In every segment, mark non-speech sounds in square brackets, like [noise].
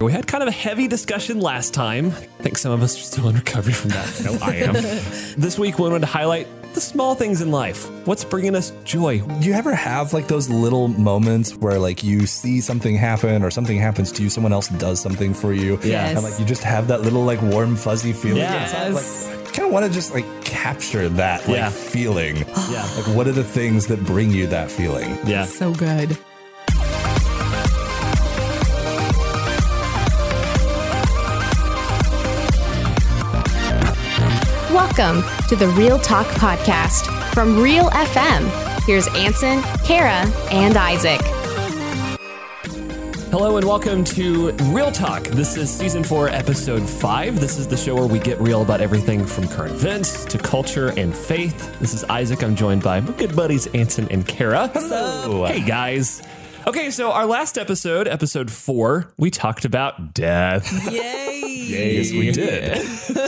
We had kind of a heavy discussion last time. I think some of us are still in recovery from that. [laughs] No, I am. this week, we wanted to highlight the small things in life. What's bringing us joy? Do you ever have like those little moments where like you see something happen or something happens to you, someone else does something for you, Yeah. and like you just have that little like warm fuzzy feeling Yeah. inside? Yes. Like, kind of want to just like capture that like Yeah. feeling. Yeah. Like, what are the things that bring you that feeling? Yeah. So good. Welcome to the Real Talk Podcast from Real FM. Here's Anson, Kara, and Isaac. Hello and welcome to Real Talk. This is season four, episode five. This is the show where we get real about everything from current events to culture and faith. This is Isaac. I'm joined by my good buddies Anson and Kara. Hello. Hey guys. Okay, so our last episode, episode four, we talked about death. Yay. Yes, we did.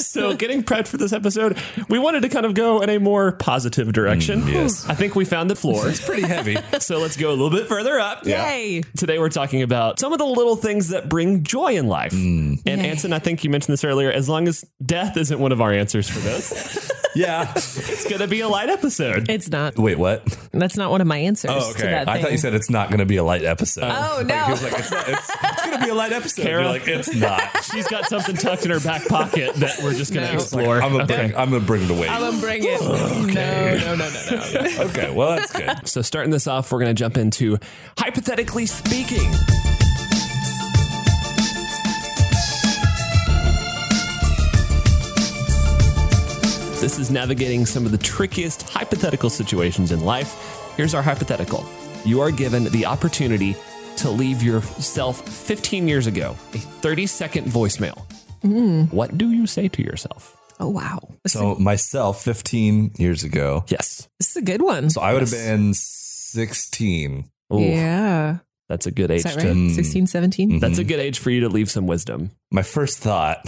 so, getting prepped for this episode, we wanted to kind of go in a more positive direction. yes. I think we found the floor. Pretty heavy. so, let's go a little bit further up. Yay. Today we're talking about some of the little things that bring joy in life. And Yay. Anson, I think you mentioned this earlier. As long as death isn't one of our answers for this, yeah. it's going to be a light [laughs] episode. It's not. Wait, what? That's not one of my answers. Oh, To okay. that I thing. thought you said it's not going to be a light episode. Oh, Like, he no. was [laughs] [laughs] like, it's, not, it's, it's going to be a light episode. Kara. You're like, it's not. She's got something tucked in her back pocket that we're just going to No. explore. I'm gonna Okay. bring, I'm gonna bring the weight. I'm gonna bring Oh, it. No, no, no, no, [laughs] no. okay, well that's good. So, starting this off, we're going to jump into hypothetically speaking. This is navigating some of the trickiest hypothetical situations in life. Here's our hypothetical you are given the opportunity to leave yourself 15 years ago, a 30 second voicemail. Hmm. What do you say to yourself? Oh wow. This, So myself, 15 years ago, Yes. this is a good one. so oh, I would have been 16. Ooh, yeah. That's a good age Is that to. right? 16, 17? Mm. That's a good age for you to leave some wisdom. My first thought: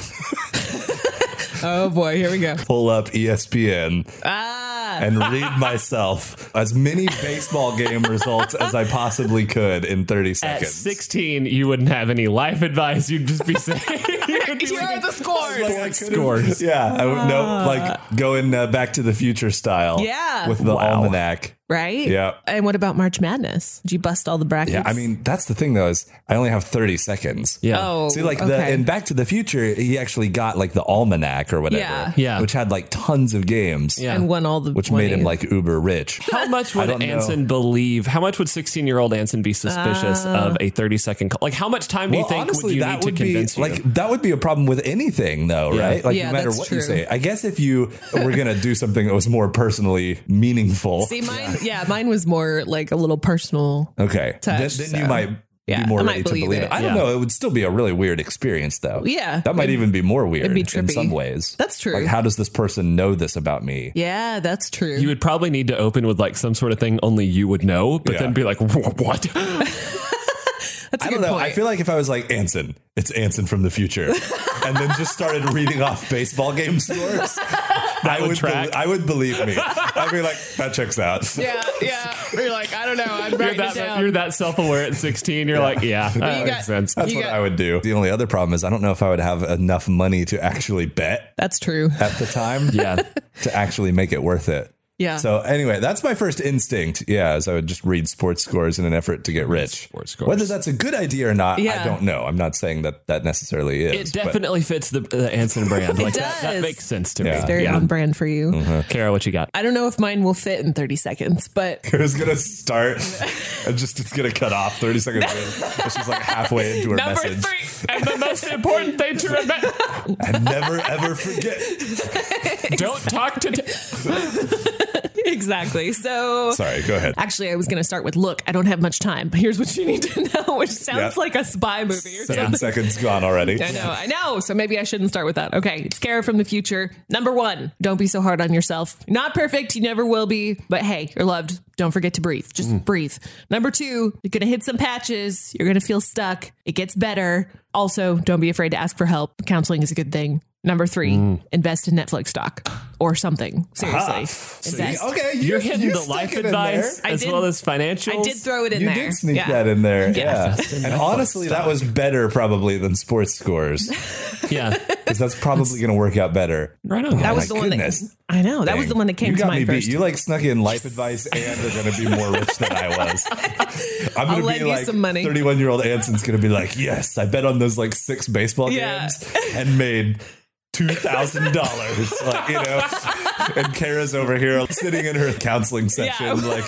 [laughs] [laughs] Oh boy, here we go. pull up E ESPN Ah. and [laughs] read myself as many baseball game results as I possibly could in 30 At seconds. 16, you wouldn't have any life advice. You'd just [laughs] be saying, you'd be Here like, are [laughs] the scores. Ah. Like, I could've- Scores. Yeah, I would no like going uh, Back to the Future style. Yeah. with the Wow. almanac. Right? Yeah. And what about March Madness? Did you bust all the brackets? Yeah, I mean that's the thing though is I only have 30 seconds. yeah. Oh. See, like the okay. in Back to the Future, he actually got like the almanac or whatever, Yeah. Yeah. which had like tons of games, Yeah. and won all the which made him like money. uber [laughs] rich. How much I would don't know. Anson believe? How much would 16 year old Anson be suspicious of a 30 second call? Like, how much time do you think would you need to would be convince you? like that would be a problem with anything, though, Yeah. right? Like, Yeah, no matter that's what true. you say, I guess if you were gonna do something that was more personally meaningful, See mine yeah. mine was more like a little personal. okay, touch, then, then you so, might yeah, be more I might ready to believe believe it. it. I don't Yeah. know; it would still be a really weird experience, though. Yeah. that might even be more weird be in trippy. some ways. That's true. Like, how does this person know this about me? Yeah, that's true. you would probably need to open with like some sort of thing only you would know, but Yeah. then be like, "Wha- what? that's a I good don't know. point. I feel like if I was like Anson, it's Anson from the future, and then just started reading off baseball game [laughs] scores, I would would track. bel- I would believe me. I'd be like, that checks out. yeah, yeah. You're like, I don't know. [laughs] I'm You're that, you're that self aware at 16. You're like, [laughs] yeah, that you makes got- sense. That's You what got- I would do. The only other problem is I don't know if I would have enough money to actually bet That's true. at the time [laughs] Yeah. to actually make it worth it. Yeah. So anyway, that's my first instinct. Yeah, is I would just read sports scores in an effort to get rich. Sports scores. Whether that's a good idea or not, I Yeah. don't know. I'm not saying that that necessarily is. It but- definitely fits the, the Anson brand. Like, That, that does. makes sense to Yeah. me. Very Uh, yeah. on brand for you. Kara, what you got? I don't know if mine will fit in 30 seconds, but It was gonna start and just it's gonna cut off 30 seconds in. And She's like halfway into her message. three, [laughs] and the most important thing to remember: And never ever [laughs] forget. don't talk [laughs] to. T- [laughs] exactly. So Sorry, go ahead. actually, I was going to start with look, I don't have much time. Here's what you need to [laughs] know, which sounds Yeah. like a spy movie or Seven seconds gone already. I know, I know. So maybe I shouldn't start with that. Okay, it's Kara from the future. Number one, don't be so hard on yourself. Not perfect, you never will be, but hey, you're loved. Don't forget to breathe. Just Mm. breathe. Number two, you're gonna hit some patches. You're gonna feel stuck. It gets better. Also, don't be afraid to ask for help. Counseling is a good thing. Number three, Mm. invest in Netflix stock or something. Seriously. Invest. okay, You're hitting the life sticking in advice I as did- well as financials. I did throw it there. in You there. did sneak Yeah. that in there. Yeah. Yeah. And honestly, that was better probably than sports scores [laughs] yeah, because that's probably going to work out better. right on. That guys. was My the one goodness. that I know. That was the one that came you to got mind me beat. first. You like snuck in life advice and they're going to be more rich than I was. I'm I'll going to lend be you like some money. 31 year old Anson's going to be like, yes, I bet on those like six baseball Yeah. games and made. Two thousand dollars, like you know, and Kara's over here sitting in her counseling session, Yeah. like,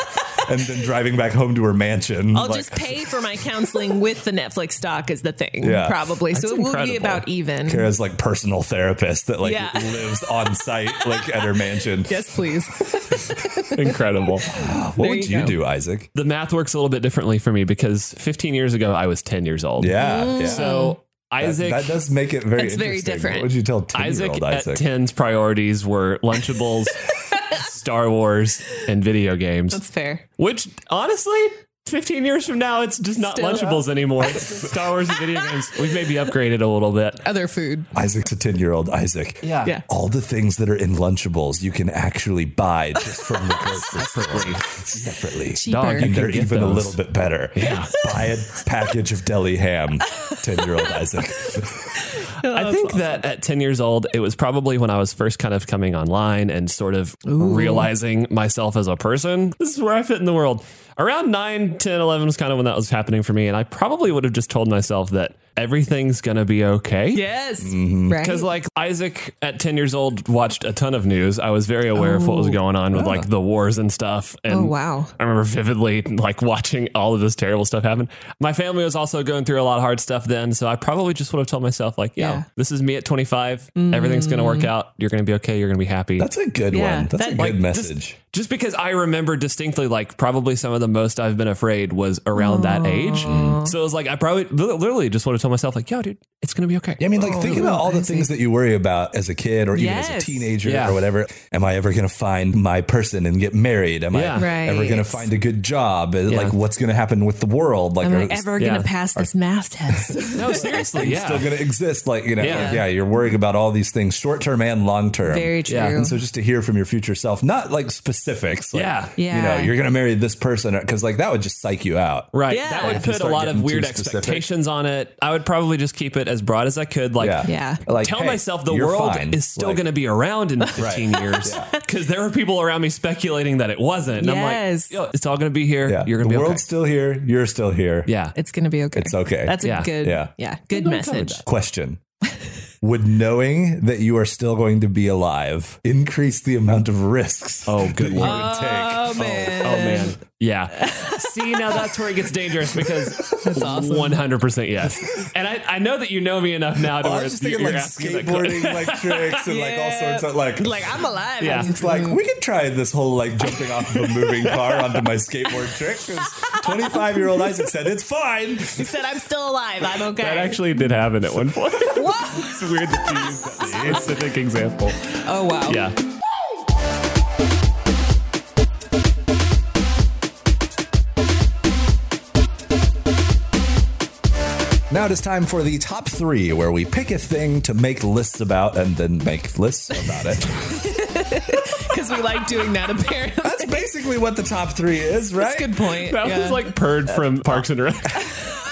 and then driving back home to her mansion. I'll like, just pay for my counseling with the Netflix stock is the thing, Yeah. probably. so That's it will incredible. be about even. Kara's like personal therapist that like Yeah. lives on site, like at her [laughs] mansion. Yes, please. incredible. what there would you you, go. do, Isaac? The math works a little bit differently for me because 15 years ago I was 10 years old. Yeah, Mm. yeah. So that, Isaac, that does make it very. That's very interesting. different. What would you tell ten year Isaac uh, old at Isaac? 10's priorities were [laughs] Lunchables, Star Wars, and video games. That's fair. Which honestly, 15 years from now, it's just not Still- Lunchables [laughs] anymore. It's just Star Wars and video games. We've maybe upgraded a little bit. Other food. Isaac to 10 year old Isaac. Yeah. Yeah. All the things that are in Lunchables you can actually buy just from the grocery store separately. Dog, you and they're can get even a those. little bit better. Yeah. buy a package of deli ham, 10 year old Isaac. [laughs] I think that at 10 years old, it was probably when I was first kind of coming online and sort of realizing myself as a person. This is where I fit in the world. Around 9, 10, 11 was kind of when that was happening for me. And I probably would have just told myself that everything's going to be okay. Yes. Because like Isaac at ten years old watched a ton of news. I was very aware of what was going on with like the wars and stuff. And Ah. Oh, wow. I remember vividly like watching all of this terrible stuff happen. My family was also going through a lot of hard stuff then, so I probably just would have told myself like, "Yo, Yeah. Mm. this is me at 25. Everything's gonna work out. You're gonna be okay. You're gonna be happy." That's a good Yeah, one. That's a that- good Like, just- message. just because I remember distinctly, like probably some of the most I've been afraid was around Oh. that age. So it was like I probably li- literally just want to tell myself like, "Yo, dude, it's gonna be okay." Yeah, I mean, like, think about all the things that you worry about as a kid or even as Yes. a teenager Yeah. or whatever. Am I ever going to find my person and get married? Am Yeah. I ever Right. going to find a good job? Uh, Like, what's going to happen with the world? Like, Am I are- ever yeah. gonna pass this math test? [laughs] [laughs] No, seriously, It's yeah. still going to exist. Like, you know, Yeah. yeah, yeah you're worrying about all these things, short term and long term. Very true. Yeah, And so just to hear from your future self, not like specifics. Like, Yeah. You Yeah. know, you're going to marry this person because like that would just psych you out. Right. Yeah. That would If you put a start lot of getting too weird specific. expectations on it. I would probably just keep it as broad as I could. Like, Yeah. Yeah. Like, tell hey, myself the you're world fine. is still Like, going to be around [laughs] in 15 years because there were people around me speculating that it wasn't. And Yes. I'm like, Yo, it's all going to be here. Yeah. You're going to the be world's okay. still here. You're still here. yeah. it's gonna be okay. It's okay. That's a Yeah. good Yeah. yeah, good message. Question. Would knowing that you are still going to be alive increase the amount of risks Oh, good that you lord. would take? Oh man. Oh, man. [laughs] Yeah. See, now that's where it gets dangerous because 100% yes. And I, I know that you know me enough now to I where was just you're thinking like asking that skateboarding like tricks and like all Yeah. sorts of like Like I'm alive. Yeah. It's like we could try this whole like jumping off of a moving car onto my skateboard trick because 25 year old Isaac said it's fine. He said I'm still alive. I'm okay. That actually did happen at one [laughs] point. What? it's weird that you use that [laughs] specific example. Oh wow. Yeah. Now it is time for the top three, where we pick a thing to make lists about and then make lists about it. Because we like doing that apparently. That's basically what the top three is, right? That's a good point. That yeah. was like purred from Parks and Rec.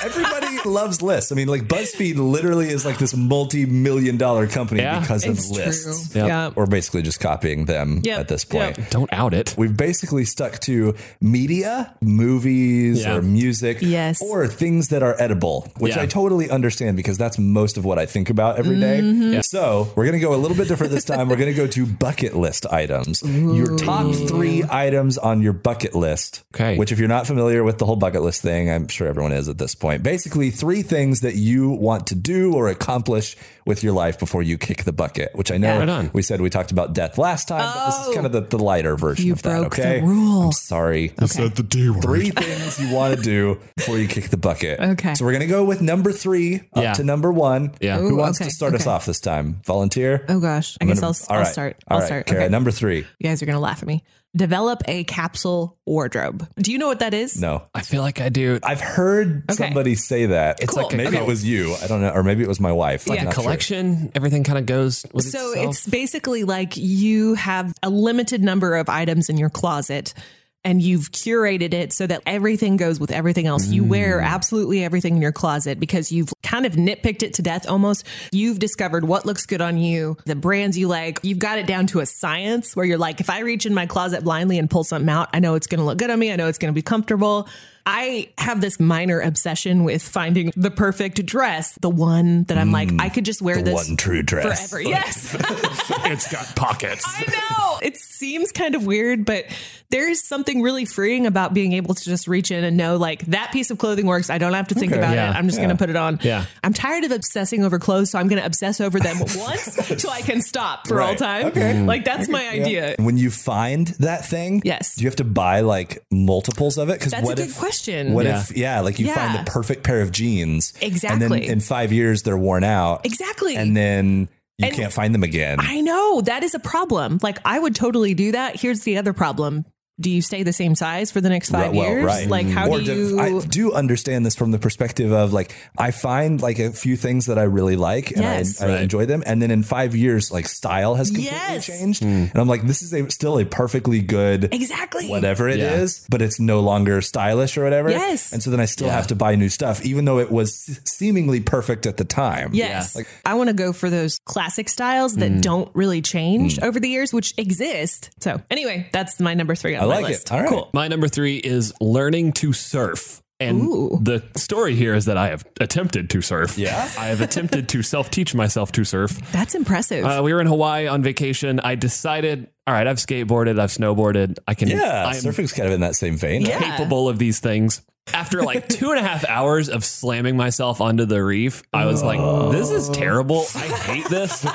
Everybody loves lists. I mean, like BuzzFeed literally is like this multi-million dollar company Yeah. because of it's lists. true. Yep. Yeah. We're basically just copying them Yep. at this point. Yep. Don't out it. We've basically stuck to media, movies, Yeah. or music, Yes. or things that are edible, which Yeah. I totally understand because that's most of what I think about every day. Yeah. So we're gonna go a little bit different this time. We're gonna go to bucket list items. Your top three items on your bucket list. Okay. Which, if you're not familiar with the whole bucket list thing, I'm sure everyone is at this point. Basically, three things that you want to do or accomplish with your life before you kick the bucket. Which I know Right on. we said we talked about death last time, but this is kind of the, the lighter version You of that. broke the Okay. rule. I'm sorry. Three things you want to do before you kick the bucket. Okay. So we're gonna go with number three up Yeah. to number one. Yeah. Who Ooh, wants okay, to start us okay. off this time? Volunteer. Oh gosh. I guess I'll, All I'll right. start. All I'll right, start. Kara, Okay. number three. You guys are gonna laugh at me. develop a capsule wardrobe. Do you know what that is? No. I feel like I do. I've heard Okay. somebody say that. It's Cool. like maybe Okay. it was you. I don't know, or maybe it was my wife. Like I'm a not sure. collection. Everything kind of goes with So itself. it's basically like you have a limited number of items in your closet and you've curated it so that everything goes with everything else. You wear absolutely everything in your closet because you've kind of nitpicked it to death almost. You've discovered what looks good on you, the brands you like. You've got it down to a science where you're like, if I reach in my closet blindly and pull something out, I know it's going to look good on me. I know it's going to be comfortable. I have this minor obsession with finding the perfect dress, the one that I'm like, I could just wear this One true dress. [laughs] forever. Yes. it's got pockets. I know. It seems kind of weird, but there's something really freeing about being able to just reach in and know like that piece of clothing works. I don't have to think about Yeah. it. I'm just going to put it on. Yeah. I'm tired of obsessing over clothes, so I'm going to obsess [laughs] over them once till I can stop for all Right. time. Okay. Mm. Like that's my idea. When you find that thing, Yes. do you have to buy like multiples of it? Because That's what a good if, question. What Yeah. if, yeah, like you Yeah. find the perfect pair of jeans, and then Exactly. in five years they're worn out, Exactly. and then you And- can't find them again. I know that is a problem. Like I would totally do that. Here's the other problem. Do you stay the same size for the next five Well, years? right. Like how or do do- you? I do understand this from the perspective of like I find like a few things that I really like and Yes. I, I Right. enjoy them, and then in five years like style has completely Yes. Hmm. changed, and I'm like this is a, still a perfectly good exactly. whatever it is, Yeah. but it's no longer stylish or whatever. Yes. and so then I still have to buy new stuff, even though it was s- seemingly perfect at the time. Yes. I want to go for those classic styles that Mm. don't really change over the years, which exist. So, anyway, that's my number three on I my like list. it. All right. Cool. My number three is learning to surf. And Ooh. the story here is that I have attempted to surf. Yeah. I have attempted to self teach myself to surf. That's impressive. [laughs] Uh, we were in Hawaii on vacation. I decided, all right, I've skateboarded, I've snowboarded. I can, Yeah, I'm surfing's kind of in that same vein. Yeah. capable of these things. After like [laughs] two and a half hours of slamming myself onto the reef, I was like, this is terrible. I hate this.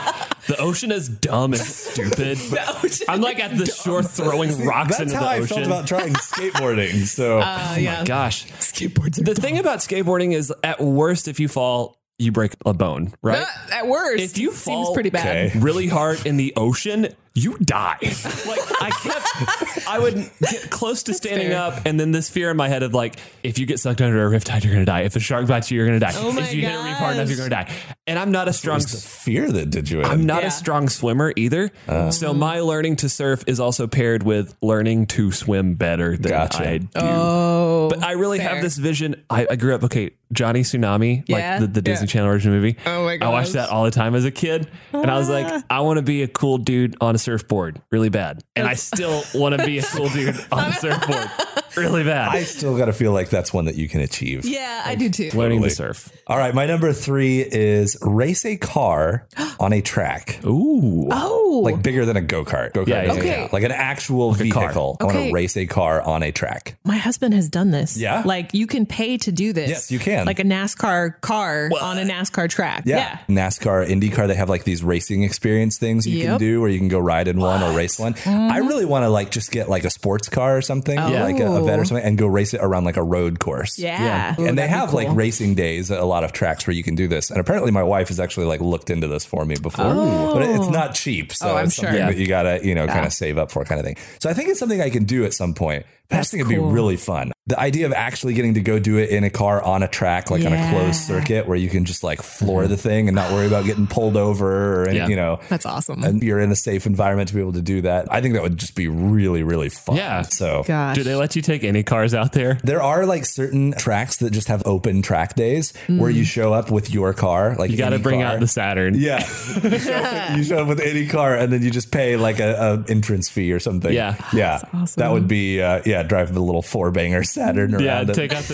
The ocean is dumb and [laughs] stupid. oh ocean I'm like at the shore throwing rocks um, That's into how the I ocean. felt about [laughs] trying skateboarding. So Uh, yeah. Gosh. Skateboards The thing about skateboarding is, at worst, if you fall, you break a bone, right? at worst, If you seems fall- pretty bad. Okay. [laughs] Really hard in the ocean, you die. Like I kept, I would get close to standing fair. up, and then this fear in my head of like, if you get sucked under a riptide, you're gonna die. If a shark bites you, you're gonna die. Oh my if you hit a reef hard enough, gosh. you're gonna die. And I'm not a strong it's the fear that did you in. I'm not Yeah. a strong swimmer either. Uh-huh. so my learning to surf is also paired with learning to swim better than Gotcha. I do. Oh, but I really fair. have this vision. I, I grew up okay, Johnny Tsunami, Yeah? like the, the Disney Yeah. Channel original movie. Oh my I watched gosh. Ah. that all the time as a kid, and I was like, I want to be a cool dude on a surfboard, really bad, and [laughs] I still want to be a cool dude on a surfboard, really bad. I still got to feel like that's one that you can achieve. yeah, I do too. Learning Totally. to surf. All right, my number three is race a [gasps] car on a track, Ooh, Oh, like bigger than a go kart. Go kart, Yeah, yeah, doesn't yeah. count. like an actual car. vehicle. I want Okay. to race a car on a track. my husband has done this. Yeah? like you can pay to do this. Yes, you can. Like a NASCAR car on a NASCAR track. Yeah. NASCAR, IndyCar, they have like these racing experience things you Yep. Mm. can do where you can go ride in one or race one. I really want to like just get like a sports car or something, Oh. like a, a vet or something, and go race it around like a road course. yeah. Yeah. Ooh, and they that'd be have cool. like racing days at a lot of tracks where you can do this. And apparently, my wife has actually like looked into this for me before, but it- it's not cheap. So Oh, I'm it's sure. something Yeah. that you gotta you know kind of save up for, kind of thing. So I think it's something I can do at some point. But I just think it'd cool. be really fun. The idea of actually getting to go do it in a car on a track, like on Yeah. Mm-hmm. a closed circuit, where you can just like floor the thing and not worry about getting pulled over or any, Yeah. you know. That's awesome. And you're in a safe environment to be able to do that. I think that would just be really, really fun. Yeah. So Gosh. do they let you take any cars out there? there are like certain tracks that just have open track days where you show up with your car. Like You got to any bring car. out the Saturn. yeah. [laughs] you, show up with, you show up with any car and then you just pay like a, a entrance fee or something. Yeah. yeah. awesome. That would be uh, yeah. Drive the little four banger Saturn around. yeah. it. Take out [laughs] the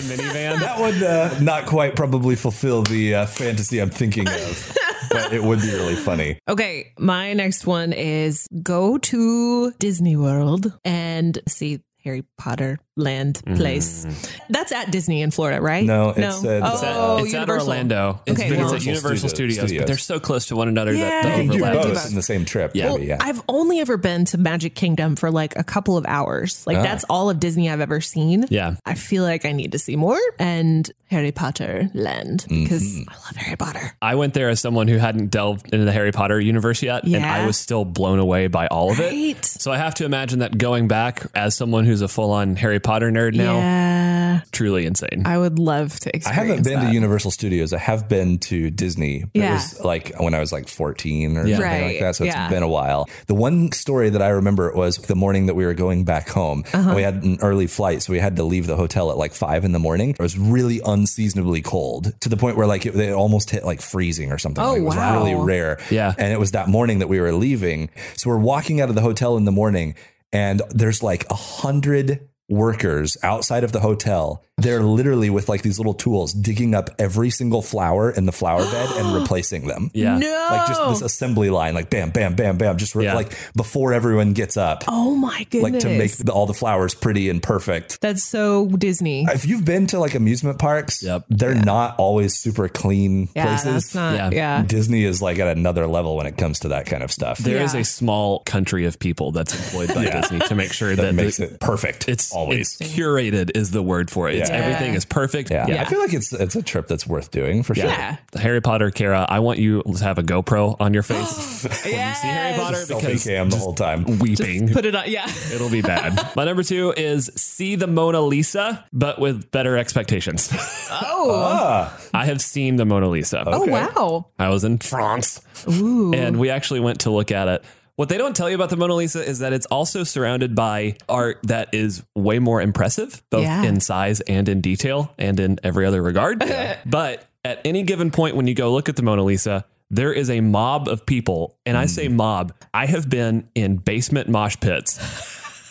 [laughs] minivan. that would uh, not quite probably fulfill the uh, fantasy I'm thinking of, but it would be really funny. Okay, my next one is go to Disney World and see Harry Potter land place. That's at Disney in Florida, right? Mm. No, it's at- it's at- oh, it's at Universal. Orlando. It's, Okay, it's well- at Universal Studios, Studios, but they're so close to one another that Yeah. the You do overlap. Right. both in the same trip. Yeah. Yeah, Well, yeah. I've only ever been to Magic Kingdom for like a couple of hours. Ah. Like that's all of Disney I've ever seen. Yeah. I feel like I need to see more and Harry Potter land Mm-hmm. because I love Harry Potter. I went there as someone who hadn't delved into the Harry Potter universe yet, and Yeah. I was still blown away by all of it. Right. So I have to imagine that going back as someone who's a full-on Harry Potter nerd now, Yeah. truly insane. I would love to experience I haven't been that. to Universal Studios. I have been to Disney. but It Yeah. was like when I was like 14 or something Right, like that. So yeah. it's been a while. The one story that I remember was the morning that we were going back home. Uh-huh. We had an early flight, so we had to leave the hotel at like five in the morning. It was really unseasonably cold to the point where like it, it almost hit like freezing or something. Oh, Like, it was wow. really rare. Yeah. And it was that morning that we were leaving. So we're walking out of the hotel in the morning, and there's like a hundred workers outside of the hotel. They're literally with like these little tools digging up every single flower in the flower bed [gasps] and replacing them. yeah. No. Like just this uh, assembly line, like bam, bam, bam, bam, just re- Yeah. like before everyone gets up, oh my like goodness. to make the, all the flowers pretty and perfect. that's so Disney. If you've been to like amusement parks, Yep. they're not always super clean yeah, places. that's not. Yeah. Yeah. Disney is like at another level when it comes to that kind of stuff. There is Yeah. a small country of people that's [laughs] employed by Disney to make sure that, that makes the- it perfect. it's always. it's curated is the word for it. It's Yeah. everything is perfect. yeah. Yeah. I feel like it's it's a trip that's worth doing for sure. Yeah. The Harry Potter, Kara, I want you to have a GoPro on [gasps] your face when you see Harry Yes. Potter Selfie because cam the whole time. weeping. Put it on. Yeah. It'll be bad. [laughs] My number two is see the Mona Lisa, but with better expectations. Oh. Ah, I have seen the Mona Lisa. Oh, okay. wow. I was in France Ooh. and we actually went to look at it. What they don't tell you about the Mona Lisa is that it's also surrounded by art that is way more impressive, both Yeah. in size and in detail and in every other [laughs] regard. but at any given point when you go look at the Mona Lisa, there is a mob of people, and I say mob, I have been in basement mosh pits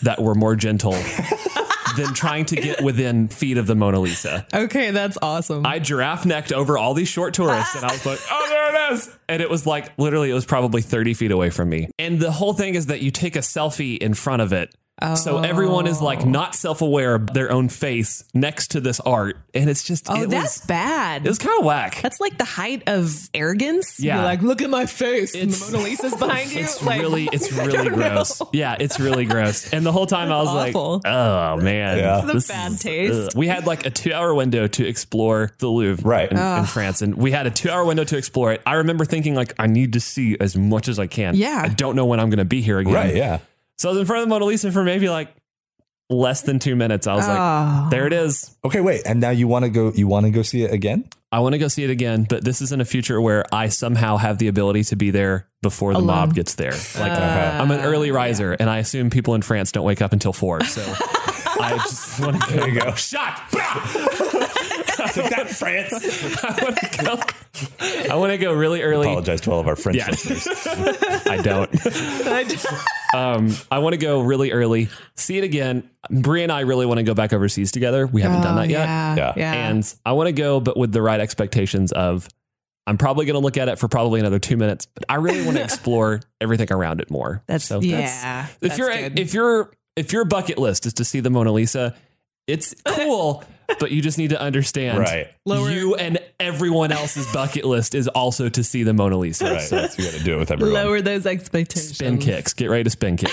that were more [laughs] gentle than trying to get within feet of the Mona Lisa. Okay, that's awesome. I giraffe necked over all these short tourists and I was like, oh, there it is. And it was like, literally, it was probably 30 feet away from me. And the whole thing is that you take a selfie in front of it. So everyone is like not self aware of their own face next to this art. And it's just, oh, it, that's was, bad. it was kind of whack. that's like the height of arrogance. Yeah. You're like, look at my face. and the It's- Mona Lisa's behind you. It's like, [laughs] really, it's I really don't know. gross. Yeah, it's really gross. And the whole time I was awful. like, oh man, Yeah. This is a bad taste. ugh. We had like a two hour window to explore the Louvre Right. in, in France, and we had a two hour window to explore it. I remember thinking like, I need to see as much as I can. Yeah. I don't know when I'm going to be here again. Right, yeah. So I was in front of the Mona Lisa for maybe like less than two minutes. I was Oh. like, there it is. Okay, wait. And now you want to go you want to go see it again? I want to go see it again, but this is in a future where I somehow have the ability to be there before the Alone. mob gets [laughs] there. Like I'm Oh, an early riser, and I assume people in France don't wake up until four. So [laughs] I just want to go. go. [laughs] Shot. Take that, France. [laughs] I want to go. I want to go really early. Apologize to all of our French Yeah. listeners. I don't. Um, I want to go really early. See it again. Brie and I really want to go back overseas together. We haven't done that yet. Oh, Yeah. Yeah. And I want to go, but with the right expectations of I'm probably going to look at it for probably another two minutes, but I really [laughs] want to explore everything around it more. That's So yeah. that's- if that's you're good. if you're if your bucket list is to see the Mona Lisa, [laughs] it's cool, but you just need to understand Right. Lower- you and everyone else's bucket list is also to see the Mona Lisa. Right. So So you got to do it with everyone. lower those expectations. spin kicks. Get ready to spin [laughs] kick.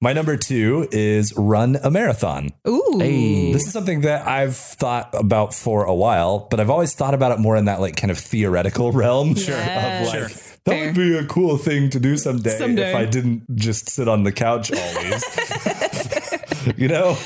My number 2 is run a marathon. Ooh. This is something that I've thought about for a while, but I've always thought about it more in that like kind of theoretical [laughs] realm. Sure. Yes. Of like, Sure. That Fair. would be a cool thing to do someday, Someday. if I didn't just sit on the couch always. [laughs] you know,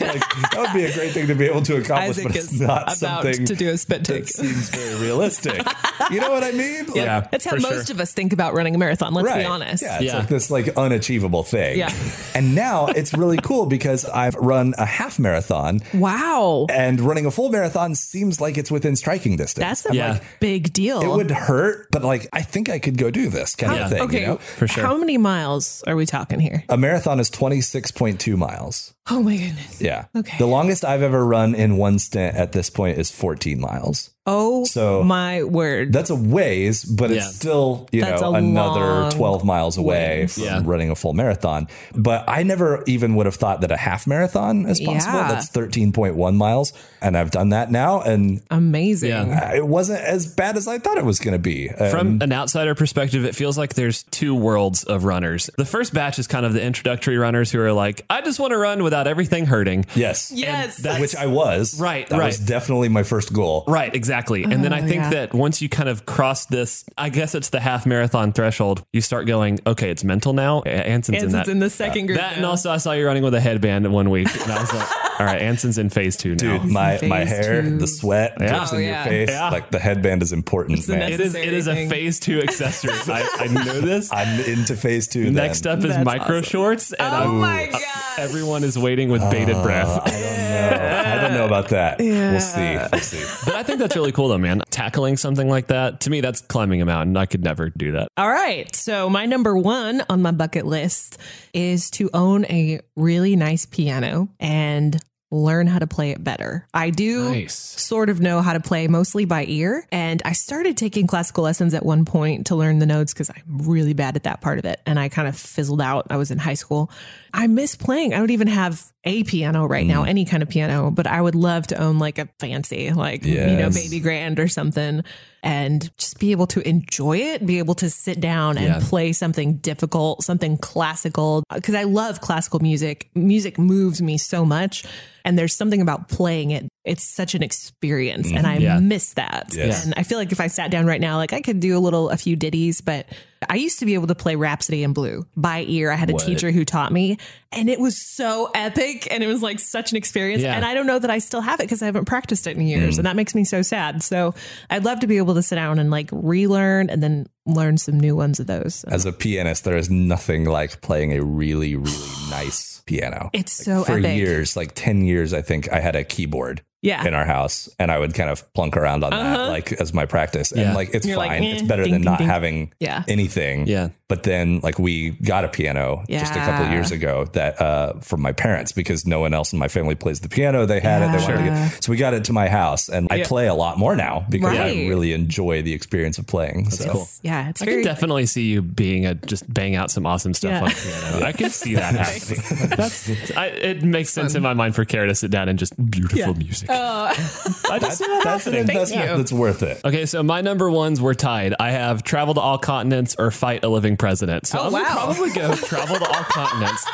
like, that would be a great thing to be able to accomplish, Isaac but it's is not about something to do a spit take. that seems very realistic. you know what I mean? Like, Yeah. That's how for most of us think about running a marathon. Let's be honest. yeah, it's Yeah. like this like unachievable thing. Yeah. And now it's really cool because I've run a half marathon Wow. and running a full marathon seems like it's within striking distance. That's a Yeah. big deal. it would hurt, but like I think I could go do this kind Yeah. of thing. okay. You know? For sure. How many miles are we talking here? A marathon is 26.2 miles. Oh my goodness. Yeah. Okay. The longest I've ever run in one stint at this point is 14 miles. Oh So- my word. That's a ways, but Yeah. it's still, you That's know, a another long 12 miles away ways. from Yeah. running a full marathon. But I never even would have thought that a half marathon is possible. Yeah. That's 13.1 miles. And I've done that now. And Amazing. Yeah. it wasn't as bad as I thought it was going to be. Um, From an outsider perspective, it feels like there's two worlds of runners. The first batch is kind of the introductory runners who are like, I just want to run without everything hurting. yes. Yes. that- Which I was. Right, That right. was definitely my first goal. Right, exactly. And then I think yeah. that once you kind of cross this, I guess it's the half marathon threshold, you start going, okay, it's mental now. A- Anson's, in Anson's that. in the second group. that and now. also I saw you running with a headband one week. And I was like, all right, Anson's in phase two now. Dude, my, in my phase hair, two. the sweat drips Oh, in yeah. your face. Yeah. Like the headband is important, the man. it is it is a Necessary thing. phase two accessory. I, I know this. I'm into phase two. Next then. up is That's micro awesome. shorts, and Oh I'm- my god. everyone is waiting with bated breath. Uh, I don't know. I don't know about that. We'll see. We'll see. But I think that's really cool, though, man. Tackling something like that to me, that's climbing a mountain. I could never do that. All right. So, my number one on my bucket list is to own a really nice piano and learn how to play it better. I do Nice. sort of know how to play mostly by ear. And I started taking classical lessons at one point to learn the notes because I'm really bad at that part of it. And I kind of fizzled out. I was in high school. I miss playing. I don't even have a piano right now, any kind of piano, but I would love to own like a fancy, like, you know, Yes. baby grand or something and just be able to enjoy it, be able to sit down and Yeah. play something difficult, something classical. Because I love classical music. Music moves me so much. And there's something about playing it. It's such an experience. And I Yeah. miss that. Yes. And I feel like if I sat down right now, like I could do a little, a few ditties, but I used to be able to play Rhapsody in Blue by ear. I had a teacher who taught me, and it was so epic. And it was like such an experience. Yeah. And I don't know that I still have it because I haven't practiced it in years. And that makes me so sad. So I'd love to be able to sit down and like relearn and then learn some new ones of those. As a pianist, there is nothing like playing a really, really nice piano. It's Like, so for Oh, epic. years, like ten years, I think I had a keyboard Yeah. Uh-huh. in our house, and I would kind of plunk around on that, like as my practice. Yeah. And like it's You're like, fine; eh, it's better ding, than ding, not ding. having Yeah. anything. Yeah. But then, like, we got a piano just a couple of Yeah. years ago that uh, from my parents because no one else in my family plays the piano. They had it. They wanted to Yeah. get, so we got it to my house, and I play a lot more now because I Right. really enjoy the experience of playing. so Yeah. It's I very [laughs] can definitely see you being a just bang out some awesome stuff Yeah. on piano. I can see that happening. That's I, it makes sense in my mind for Kara to sit down and just beautiful music. I just see that that's an happening. investment you. that's worth it. Okay, so my number ones were tied. I have travel to all continents or fight a living president. So Oh, I'm gonna wow. probably [laughs] go travel to all continents.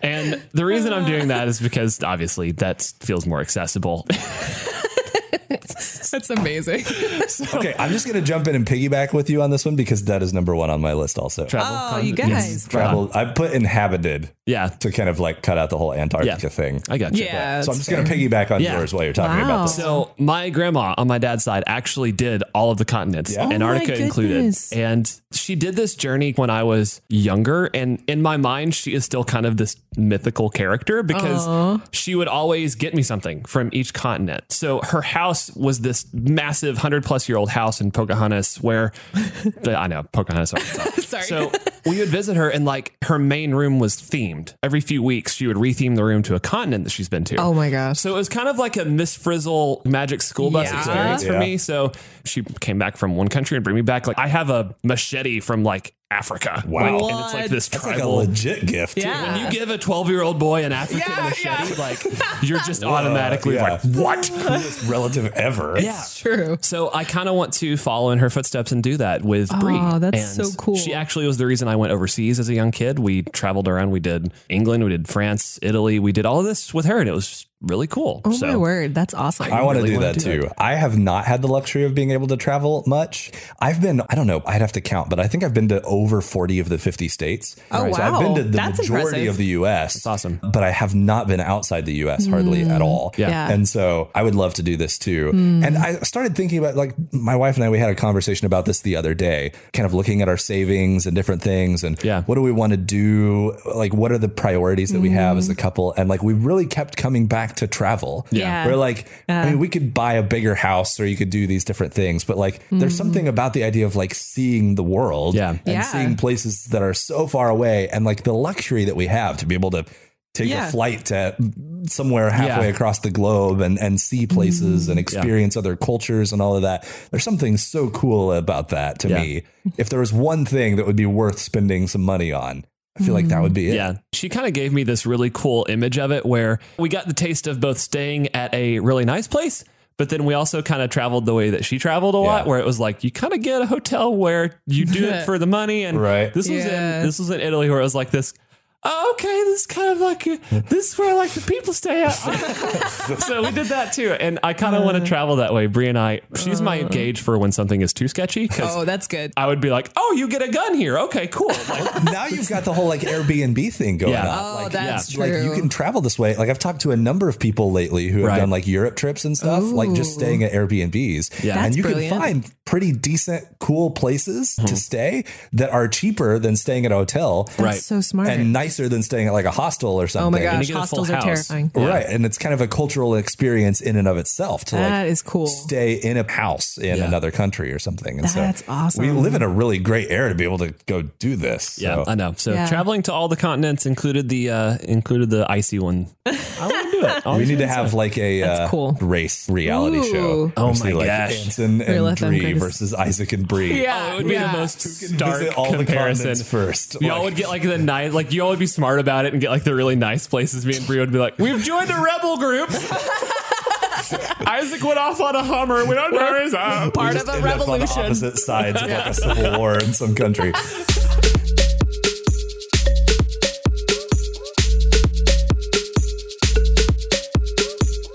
And the reason I'm doing that is because obviously that feels more accessible. that's amazing. Okay, I'm just gonna jump in and piggyback with you on this one because that is number one on my list. Also, Travel Oh, con- you guys. travel. I put inhabited Yeah, to kind of like cut out the whole Antarctica Yeah. thing. I got you. Yeah. so I'm just gonna piggyback on Yeah. yours while you're talking Wow. about this. So my grandma on my dad's side actually did all of the continents, Yeah. Oh my Antarctica included. goodness. And she did this journey when I was younger. And in my mind, she is still kind of this mythical character because she would always get me something from each continent. So her house was this massive 100 plus year old house in [laughs] Pocahontas where the, I know Pocahontas. Arkansas. Sorry. So we would visit her and like her main room was themed. Every few weeks, she would retheme the room to a continent that she's been to. Oh my gosh. So it was kind of like a Miss Frizzle magic school bus Yeah. experience for Yeah. me. So she came back from one country and bring me back. Like I have a machete from like Africa. Wow. Like, and it's like this That's like a tribal. legit gift. Yeah. when you give a 12 year old boy an African Yeah, machete, yeah. [laughs] like you're just automatically Uh, yeah. like, what? [laughs] Coolest relative ever. Yeah. True. So I kind of want to follow in her footsteps and do that with Brie. that's And so cool. She actually was the reason I went overseas as a young kid. We traveled around. We did England. We did France, Italy. We did all of this with her, and it was just really cool. Oh so my word. That's awesome. I want to really do wanna that do too. I have not had the luxury of being able to travel much. I've been, I don't know, I'd have to count, but I think I've been to over 40 of the 50 states. Oh, So I've been wow. to the That's majority impressive. of the US. That's awesome. But I have not been outside the US hardly at all. Yeah. Yeah. And so I would love to do this too. And I started thinking about like my wife and I, we had a conversation about this the other day, kind of looking at our savings and different things and Yeah. what do we want to do? Like, what are the priorities that we have as a couple? And like, we really kept coming back to travel. Yeah. We're like, I mean, we could buy a bigger house or you could do these different things, but like, there's something about the idea of like seeing the world Yeah. and Mm-hmm. Yeah. seeing places that are so far away and like the luxury that we have to be able to take Yeah. a flight to somewhere halfway Yeah. across the globe and, and see Mm-hmm. places and experience other cultures and all of that. There's something so cool about that to Yeah. me. If there was one thing that would be worth spending some money on, I feel Mm-hmm. like that would be it. Yeah. She kind of gave me this really cool image of it where we got the taste of both staying at a really nice place, but then we also kind of traveled the way that she traveled a lot, Yeah. where it was like you kind of get a hotel where you do [laughs] it for the money. And Right. this was Yeah. in this was in Italy where it was like this. Oh, okay, this is kind of like uh, this is where like the people stay at. [laughs] so we did that too, and I kind of want to Uh. travel that way. Brie and I, she's my gauge for when something is too sketchy because Oh, that's good. I would be like, "Oh, you get a gun here? Okay, cool." Like, now you've got the whole like Airbnb thing going [laughs] Yeah. on. Oh, like, that's like true. you can travel this way. Like I've talked to a number of people lately who have Right. done like Europe trips and stuff, like just staying at Airbnbs. Yeah. That's and you brilliant. can find pretty decent, cool places Mm-hmm. to stay that are cheaper than staying at a hotel right. so smart. and nicer than staying at like a hostel or something. oh my And gosh, you get a full hostels are house. terrifying. Yeah. Right. And it's kind of a cultural experience in and of itself to like That is cool. stay in a house in Yeah. another country or something. And That's so awesome. we live in a really great era to be able to go do this. Yeah, So- I know. So Yeah. traveling to all the continents included the uh included the icy one. I want to do it. we need to have like a uh, cool. race reality Ooh. show. Oh Obviously, my like gosh. Anson Real and FM Bree greatest- versus Isaac and Bree. Yeah, Oh, it would be yeah. the most Visit stark all the comparison. continents first. Y'all Like, would get like the nice, like you all would be smart about it and get like the really nice places. Me and Brie would be like, "We've joined a rebel [laughs] group." Isaac went off on a Hummer. We don't know where he's at. Part just of a end up on revolution. opposite sides of [laughs] like a civil war in some country.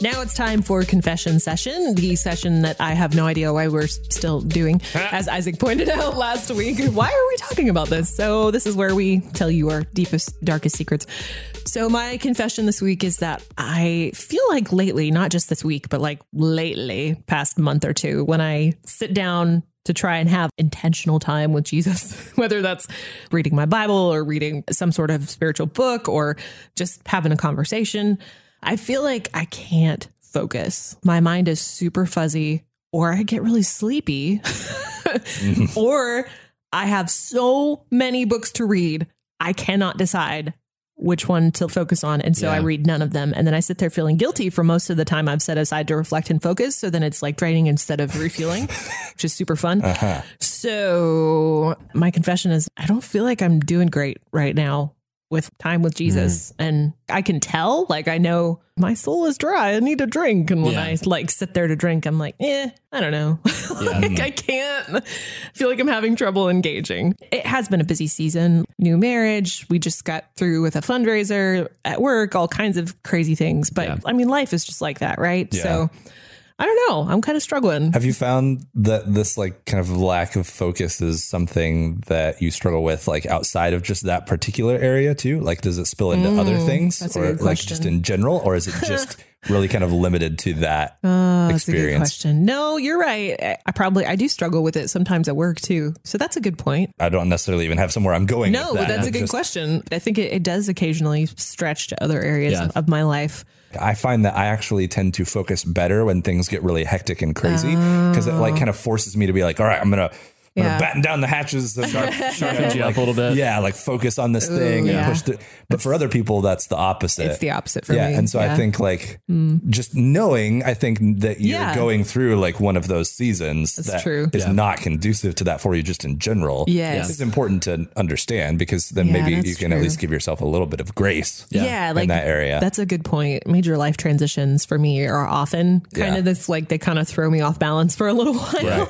Now it's time for confession session, the session that I have no idea why we're still doing. As Isaac pointed out last week, why are we talking about this? So, this is where we tell you our deepest, darkest secrets. So, my confession this week is that I feel like lately, not just this week, but like lately, past month or two, when I sit down to try and have intentional time with Jesus, [laughs] whether that's reading my Bible or reading some sort of spiritual book or just having a conversation. I feel like I can't focus. My mind is super fuzzy, or I get really sleepy, or I have so many books to read, I cannot decide which one to focus on. And so I Yeah. read none of them. And then I sit there feeling guilty for most of the time I've set aside to reflect and focus. So then it's like draining instead of refueling, which is super fun. So my confession is I don't feel like I'm doing great right now with time with Jesus. And I can tell, like I know my soul is dry. I need a drink. And when Yeah. I like sit there to drink, I'm like, eh, I don't know. [laughs] like I can't I feel like I'm having trouble engaging. It has been a busy season. New marriage. We just got through with a fundraiser at work, all kinds of crazy things. But I mean life is just like that, right? So I don't know. I'm kind of struggling. Have you found that this like kind of lack of focus is something that you struggle with like outside of just that particular area too? Like does it spill into other things Mm, that's a or good like question. just in general or is it [laughs] just really kind of limited to that Oh, That's a good experience? question. No, you're right. I- I probably I do struggle with it sometimes at work too. So that's a good point. I don't necessarily even have somewhere I'm going. No, with that. that's a I'm good just- question. I think it, it does occasionally stretch to other areas Yeah. of my life. I find that I actually tend to focus better when things get really hectic and crazy because it like kind of forces me to be like, all right, I'm gonna. I'm Oh. Yeah. gonna batten down the hatches and [laughs] start, Sharpens you up a little bit. yeah, like focus on this thing yeah. and push through. But for other people, that's the opposite. It's the opposite for yeah, me. and so I Yeah. Mm. think like just knowing, I think that you're Yeah. going through like one of those seasons that is true. not conducive to that for you, just in general. Yes. it's important to understand because then Yeah, maybe that's you can true. at least give yourself a little bit of grace. Yeah, like that area. That's a good point. Major life transitions for me are often kind Yeah. of this like they kind of throw me off balance for a little [laughs] while.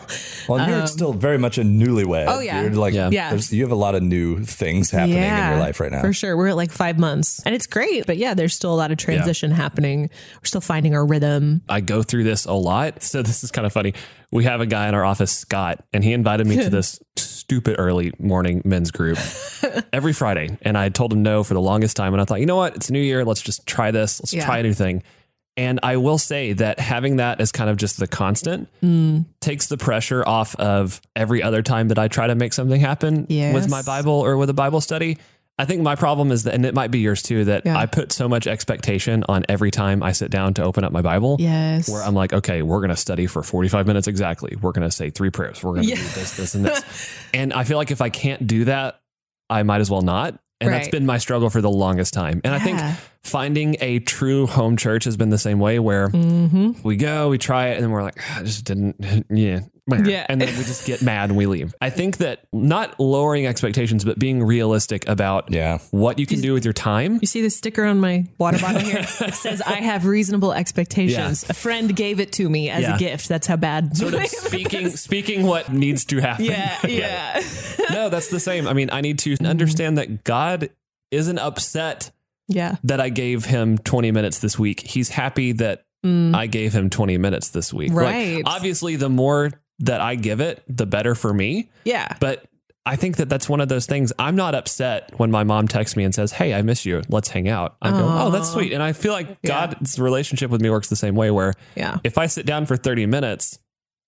Well, and you're still very much a newlywed. Um, oh, yeah. You're like, Yeah. Yeah. there's- you have a lot of new things happening in your life right now. For sure. We're at like five months and it's great. But yeah, there's still a lot of transition happening. We're still finding our rhythm. I go through this a lot. [laughs] So this is kind of funny. We have a guy in our office, Scott, and he [laughs] invited me to this stupid early morning men's group every Friday. And I told him no for the longest time. And I thought, you know what? It's a new year. Let's just try this. Let's Yeah. try a new thing. And I will say that having that as kind of just the constant Mm. takes the pressure off of every other time that I try to make something happen Yes. with my Bible or with a Bible study. I think my problem is that, and it might be yours too, that Yeah. I put so much expectation on every time I sit down to open up my Bible Yes. where I'm like, okay, we're um, going to study for 45 minutes exactly. We're going to say three prayers. We're going [laughs] to Yeah. do this, this, and this. and I feel like if I can't do that, I might as well not. And that's Right. been my struggle for the longest time. And I Yeah. think finding a true home church has been the same way where Mm. Mm-hmm. we go, we try it, and then we're like, "Ah, I just didn't, [laughs] yeah. Yeah. And then we just get mad and we leave. I think that not lowering expectations, but being realistic about Yeah. what you can do with your time. [laughs] You see the sticker on my water bottle [laughs] here? It says, I have reasonable expectations. Yeah. A friend gave it to me as Yeah. a gift. That's how bad. [laughs] Sort of speaking, speaking what needs to [laughs] happen. [laughs] yeah, yeah. no, that's the same. I mean, I need to understand that God isn't upset Yeah. that I gave him 20 minutes this week. He's happy that I gave him 20 minutes this week. Like, Right. obviously, the more that I give it, the better for me. Yeah. But I think that that's one of those things. I'm not upset when my mom texts me and says, Hey, I miss you. Let's hang out. I go, Oh, that's sweet. And I feel like Yeah. God's relationship with me works the same way where Yeah. if I sit down for 30 minutes,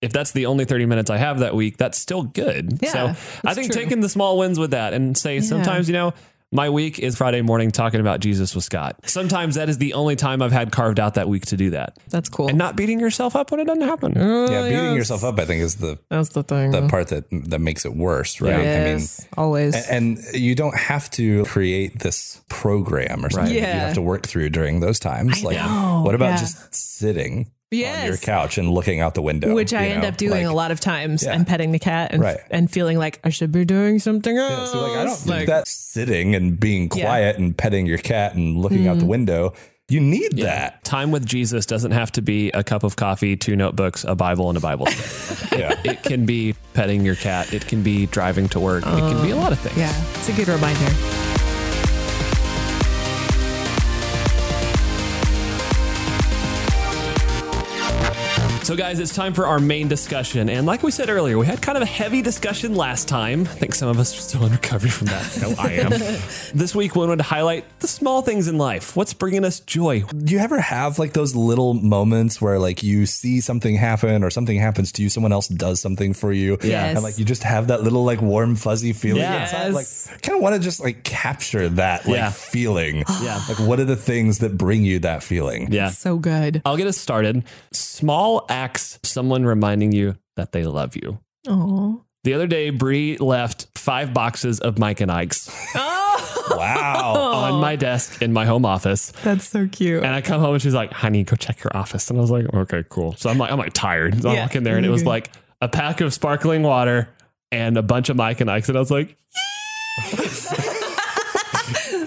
if that's the only 30 minutes I have that week, that's still good. Yeah, so I that's think true. taking the small wins with that and say, sometimes, you know, my week is Friday morning talking about Jesus with Scott. Sometimes that is the only time I've had carved out that week to do that. That's cool. And not beating yourself up when it doesn't happen. Yeah, Oh, beating yourself up, I think, is the That's the thing. the part that that makes it worse, right? yes. always. I mean, and you don't have to create this program or something that you Yeah. have to work through during those times. like, know, what about yeah. just sitting on your Yes. couch and looking out the window, Which I you end know? up doing Like, a lot of times Yeah. and petting the cat and, Right. and feeling like I should be doing something yeah, else. so, like, I don't think Like, that sitting and being Yeah. Mm-hmm. quiet and petting your cat and looking out the window. You need that. Time with Jesus doesn't have to be a cup of coffee, two notebooks, a Bible, and a [laughs] Bible. study. Yeah. it can be petting your cat. It can be driving to work. it can be a lot of things. Yeah. It's a good reminder. So, guys, it's time for our main discussion. And like we said earlier, we had kind of a heavy discussion last time. I think some of us are still in recovery from that. No, I am. [laughs] this week, we wanted to highlight the small things in life. What's bringing us joy? Do you ever have like those little moments where like you see something happen or something happens to you, someone else does something for you, Yes. and like you just have that little like warm fuzzy feeling Yeah. inside? Yes. Like, kind of want to just like capture that like Yeah. feeling. [gasps] Yeah. Like, what are the things that bring you that feeling? Yeah. So good. I'll get us started. Small acts, someone reminding you that they love you. Aw. The other day, Bree left five boxes of Mike and Ike's [laughs] Wow. on my desk in my home office. That's so cute. And I come home and she's like, honey, go check your office. And I was like, okay, cool. So I'm like, I'm like tired. So I Yeah. Mm-hmm. walk in there and it was like a pack of sparkling water and a bunch of Mike and Ike's. And I was like,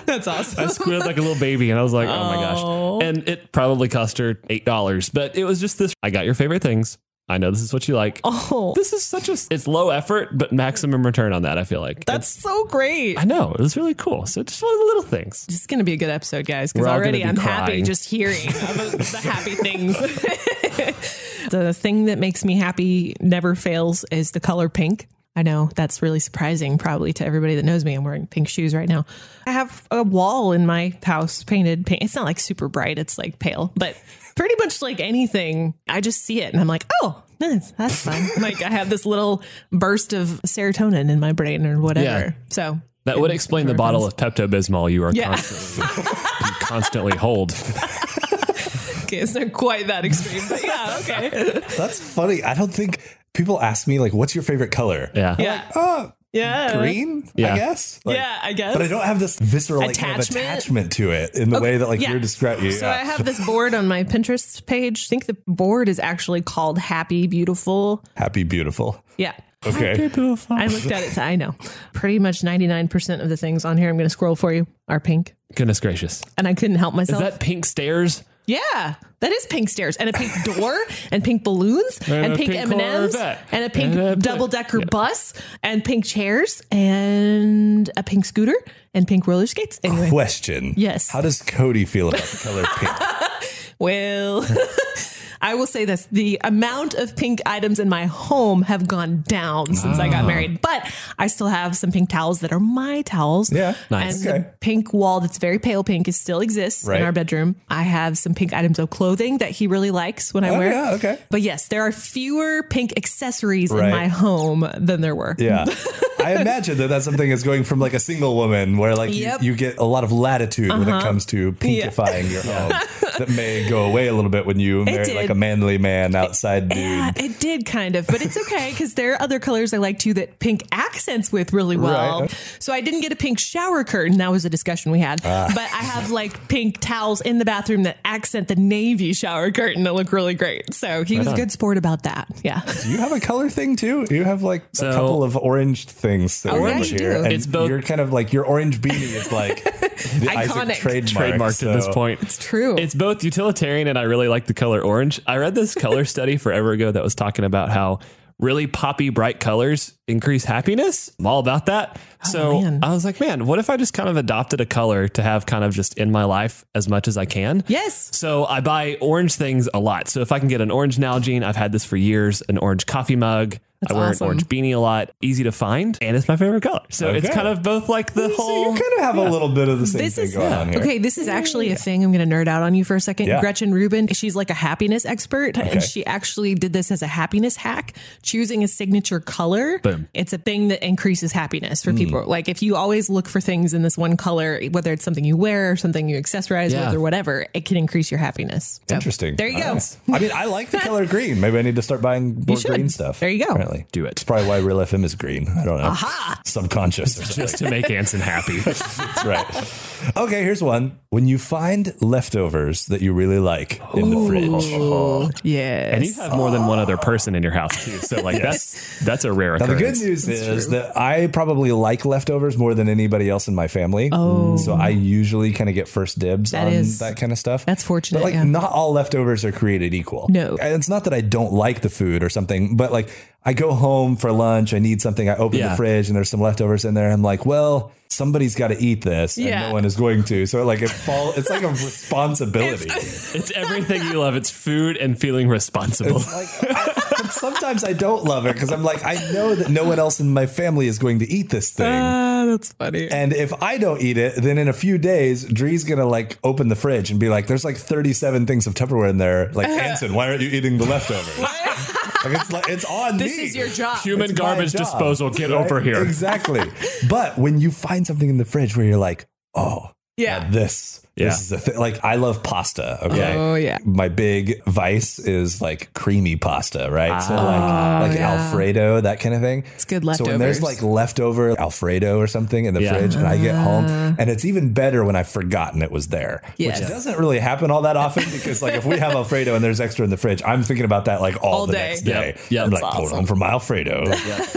That's awesome. I squealed like a little baby. And I was like, oh my Oh. gosh. And it probably cost her $8. But it was just this I got your favorite things. I know this is what you like. Oh, This is such a, it's low effort, but maximum return on that, I feel [laughs] like. that's so great. I know. It was really cool. So just one of the little things. This is going to be a good episode, guys, We're because all gonna already be I'm happy crying. just hearing about the [laughs] happy things. [laughs] the thing that makes me happy never fails is the color pink. I know that's really surprising, probably to everybody that knows me. I'm wearing pink shoes right now. I have a wall in my house painted pink. It's not like super bright, it's like pale, but pretty much like anything, I just see it and I'm like, oh, nice, that's [laughs] fun. like I have this little burst of serotonin in my brain or whatever. So That would explain the bottle of Pepto Bismol you are Yeah. constantly, you [laughs] constantly hold. Okay, it's not quite that extreme, but yeah, [laughs] okay. That's funny. I don't think people ask me like, what's your favorite color? Yeah. Yeah. Oh, Yeah. green, Yeah. I guess. Like, Yeah, I guess. But I don't have this visceral like, kind of Attachment? attachment to it in the way that like yeah. you're describing. So I have this board on my Pinterest page. I think the board is actually called Happy Beautiful. Happy, beautiful. Yeah. Okay. I looked at it. So I know. Pretty much 99% of the things on here I'm going to scroll for you are pink. Goodness gracious. And I couldn't help Is myself. that pink stairs? yeah. That is pink stairs and a pink [laughs] door and pink balloons and, a pink, pink M&Ms Corvette. and a pink And a pink- double decker bus and pink chairs and a pink scooter and pink roller skates. Anyway. Question. Yes. How does Cody feel about the color [laughs] pink? Well, [laughs] I will say this the amount of pink items in my home have gone down since I got Ah. married, but I still have some pink towels that are my towels. Yeah, nice. And Okay. the pink wall that's very pale pink is still exists Right. in our bedroom. I have some pink items of clothing that he really likes when I Oh, wear. yeah, okay. But yes, there are fewer pink accessories Right. in my home than there were. Yeah. I imagine that that's something that's going from like a single woman where like you- Yep. Uh-huh. you, get a lot of latitude when it comes to pinkifying your home that may go away a little bit when you marry did. like a manly man outside dude. Yeah, it did kind of, but it's okay because there are other colors I like too that pink accents with really well. Right. So I didn't get a pink shower curtain. That was a discussion we had. Ah. But I have like pink towels in the bathroom that accent the navy shower curtain that look really great. So he was a good sport about that. Yeah. Do you have a color thing too? You have like So- a couple of orange things that Oh, were yeah, in you here. do. And It's both- You're kind of like your orange beanie is [laughs] like the Iconic. Isaac trademark. trademarked at this so- point. It's true. It's both utilitarian and I really like the color orange. I read this [laughs] color study forever ago that was talking about how really poppy bright colors increase happiness. I'm all about that. so Oh, man. I was like, man, what if I just kind of adopted a color to have kind of just in my life as much as I can? yes. So I buy orange things a lot. So if I can get an orange Nalgene, I've had this for years, an orange coffee mug. That's I wear awesome. an orange beanie a lot, easy to find, and it's my favorite color. So it's Okay. kind of both like the So you whole kind of have a little bit of the same This thing is going on here. okay. This is actually a thing. I'm going to nerd out on you for a second. Yeah. Gretchen Rubin, she's like a happiness expert, Okay. and she actually did this as a happiness hack, choosing a signature color. Boom. Mm. It's a thing that increases happiness for people. Like if you always look for things in this one color, whether it's something you wear or something you accessorize Yeah. with or whatever, it can increase your happiness. So, Interesting. There you All go. right. I mean, I like [laughs] the color green. Maybe I need to start buying more should. green stuff. There you go. Apparently. Do it. It's probably why Real FM is green. I don't know. Aha! [laughs] Subconscious or something. just [laughs] to make Anson happy. That's right. Okay, here's one. When you find leftovers that you really like in the fridge. Uh-huh. Yes. And you have more than one other person in your house too. So [laughs] like that's that's a rare Now, the occurrence. good news is that I probably like leftovers more than anybody else in my family. Oh. So I usually kind of get first dibs That on is- that kind of stuff. that's fortunate, But like, yeah. not all leftovers are created equal. No. And it's not that I don't like the food or something, but like, I go home for lunch, I need something, I open Yeah. the fridge, and there's some leftovers in there. I'm like, well, somebody's got to eat this, Yeah. and no one is going to. So, like, it fall, it's [laughs] like a responsibility. It's everything you love. It's food and feeling responsible. [laughs] like I, but sometimes I don't love it because I'm like I know that no one else in my family is going to eat this thing. Ah, that's funny. and if I don't eat it, then in a few days, Dree's gonna like open the fridge and be like, "There's like 37 things of Tupperware in there." Like, Uh-huh. Anson, why aren't you eating the leftovers? like, it's like it's on [laughs] this me. is your [laughs] job. [laughs] Human It's my garbage job, disposal. Get right? over here. Exactly. but when you find something in the fridge where you're like, "Oh, Yeah. yeah, this." Yeah. This is a thing. Like I love pasta. Okay. Oh, yeah. My big vice is like creamy pasta, right? so Ah. like like Oh, yeah. Alfredo, that kind of thing. It's good So when there's leftovers. like leftover Alfredo or something in the Yeah. fridge, and I get home, and it's even better when I've forgotten it was there, Ah. Yes. which doesn't really happen all that often because like if we have Alfredo and there's extra in the fridge, I'm thinking about that like all, All the day. next Yeah. day. Yeah. I'm That's like going home for my Alfredo,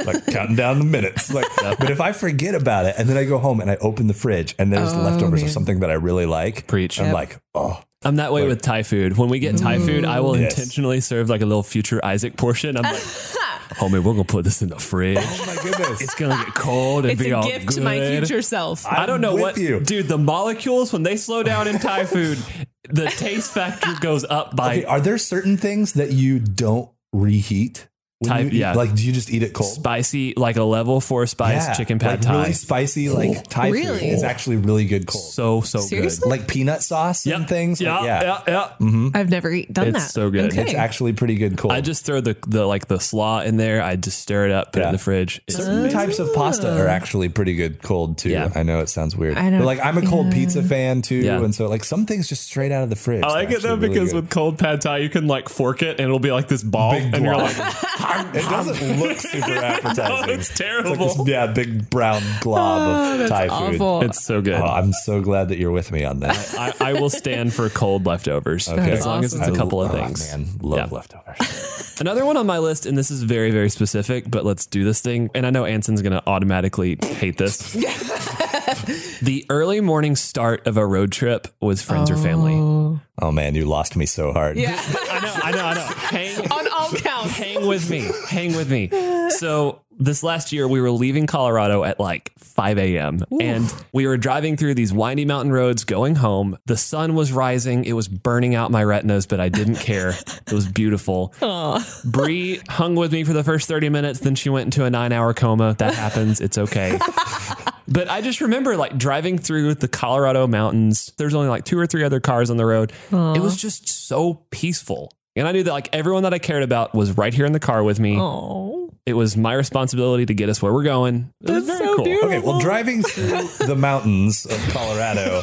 like counting down the minutes. Like, but if I forget about it and then I go home and I open the fridge and there's leftovers of something that I really like, Preach. I'm Yep. like, oh, I'm that way with Thai food. When we get Thai food, I will Mm. Yes. intentionally serve like a little future Isaac portion. [laughs] I'm like, homie, we're gonna put this in the fridge. oh my goodness. It's gonna get cold and it's be a all gift good. to my future self. I don't know with what you. dude. The molecules when they slow down in Thai food, the taste factor goes up by Okay, are there certain things that you don't reheat? when Type- you eat? yeah. Like, do you just eat it cold? spicy, like a level four spice Yeah, chicken pad like Thai. Really spicy, like Thai Really? food is actually really good cold. so so Seriously? like peanut sauce good. and things. Yeah, like, yeah, yeah, I've never eat- done Mm. It's that. so good. Okay. It's actually pretty good cold. I just throw the, the like the slaw in there. I just stir it up, put it in Yeah. the fridge. It's Certain types of pasta are actually pretty good cold too. Yeah. I know it sounds weird, I don't- but like I'm a cold pizza fan too, Yeah. and so like some things just straight out of the fridge. I like it though because with cold pad thai, you can like fork it and it'll be like this ball, Big and you're glob. like, [laughs] it doesn't [laughs] look super appetizing. No, it's like terrible. this, yeah, big brown glob of Thai food. Oh, awful. it's so good. Oh, I'm so glad that you're with me on that. [laughs] I, I will stand for cold leftovers as long as awesome. it's a I- couple of oh, things. Man, love Yeah. leftovers. Another one on my list, and this is very very specific, but let's do this thing. And I know Anson's gonna automatically hate this. the early morning start of a road trip with friends or family. oh man, you lost me so hard. [laughs] yeah. I know, I know, I know. Hang on [laughs] all counts. hang with me. Hang with me. So this last year, we were leaving Colorado at like 5 a.m. and we were driving through these windy mountain roads going home. The sun was rising. It was burning out my retinas, but I didn't care. it was beautiful. Bree hung with me for the first 30 minutes. Then she went into a nine hour coma. That happens. It's okay. But I just remember like driving through the Colorado mountains. There's only like two or three other cars on the road. It was just so peaceful. And I knew that like everyone that I cared about was right here in the car with me. Oh, It was my responsibility to get us where we're going. It was That's very so cool. beautiful. Okay, well, driving through the mountains of [laughs] Colorado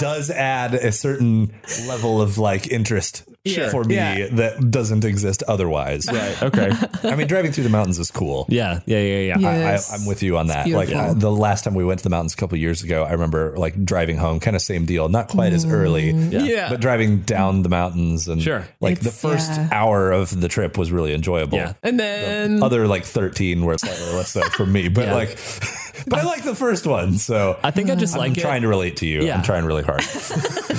does add a certain level of like interest Sure. for me Yeah. that doesn't exist otherwise. Right. Okay. I mean, driving through the mountains is cool. Yeah. Yeah. Yeah. Yeah. Yeah. I, Yes. I'm with you on that. Like beautiful. uh, the last time we went to the mountains a couple years ago, I remember like driving home, kind of same deal, not quite as early, Mm. Yeah. but driving down the mountains and Sure. like the It's- first yeah. hour of the trip was really enjoyable. Yeah. and then Other like 13 were slightly less so for me, but Yeah. like, [laughs] but I like the first one. So I think I just like I'm it. trying to relate to you. Yeah. I'm trying really [laughs] hard.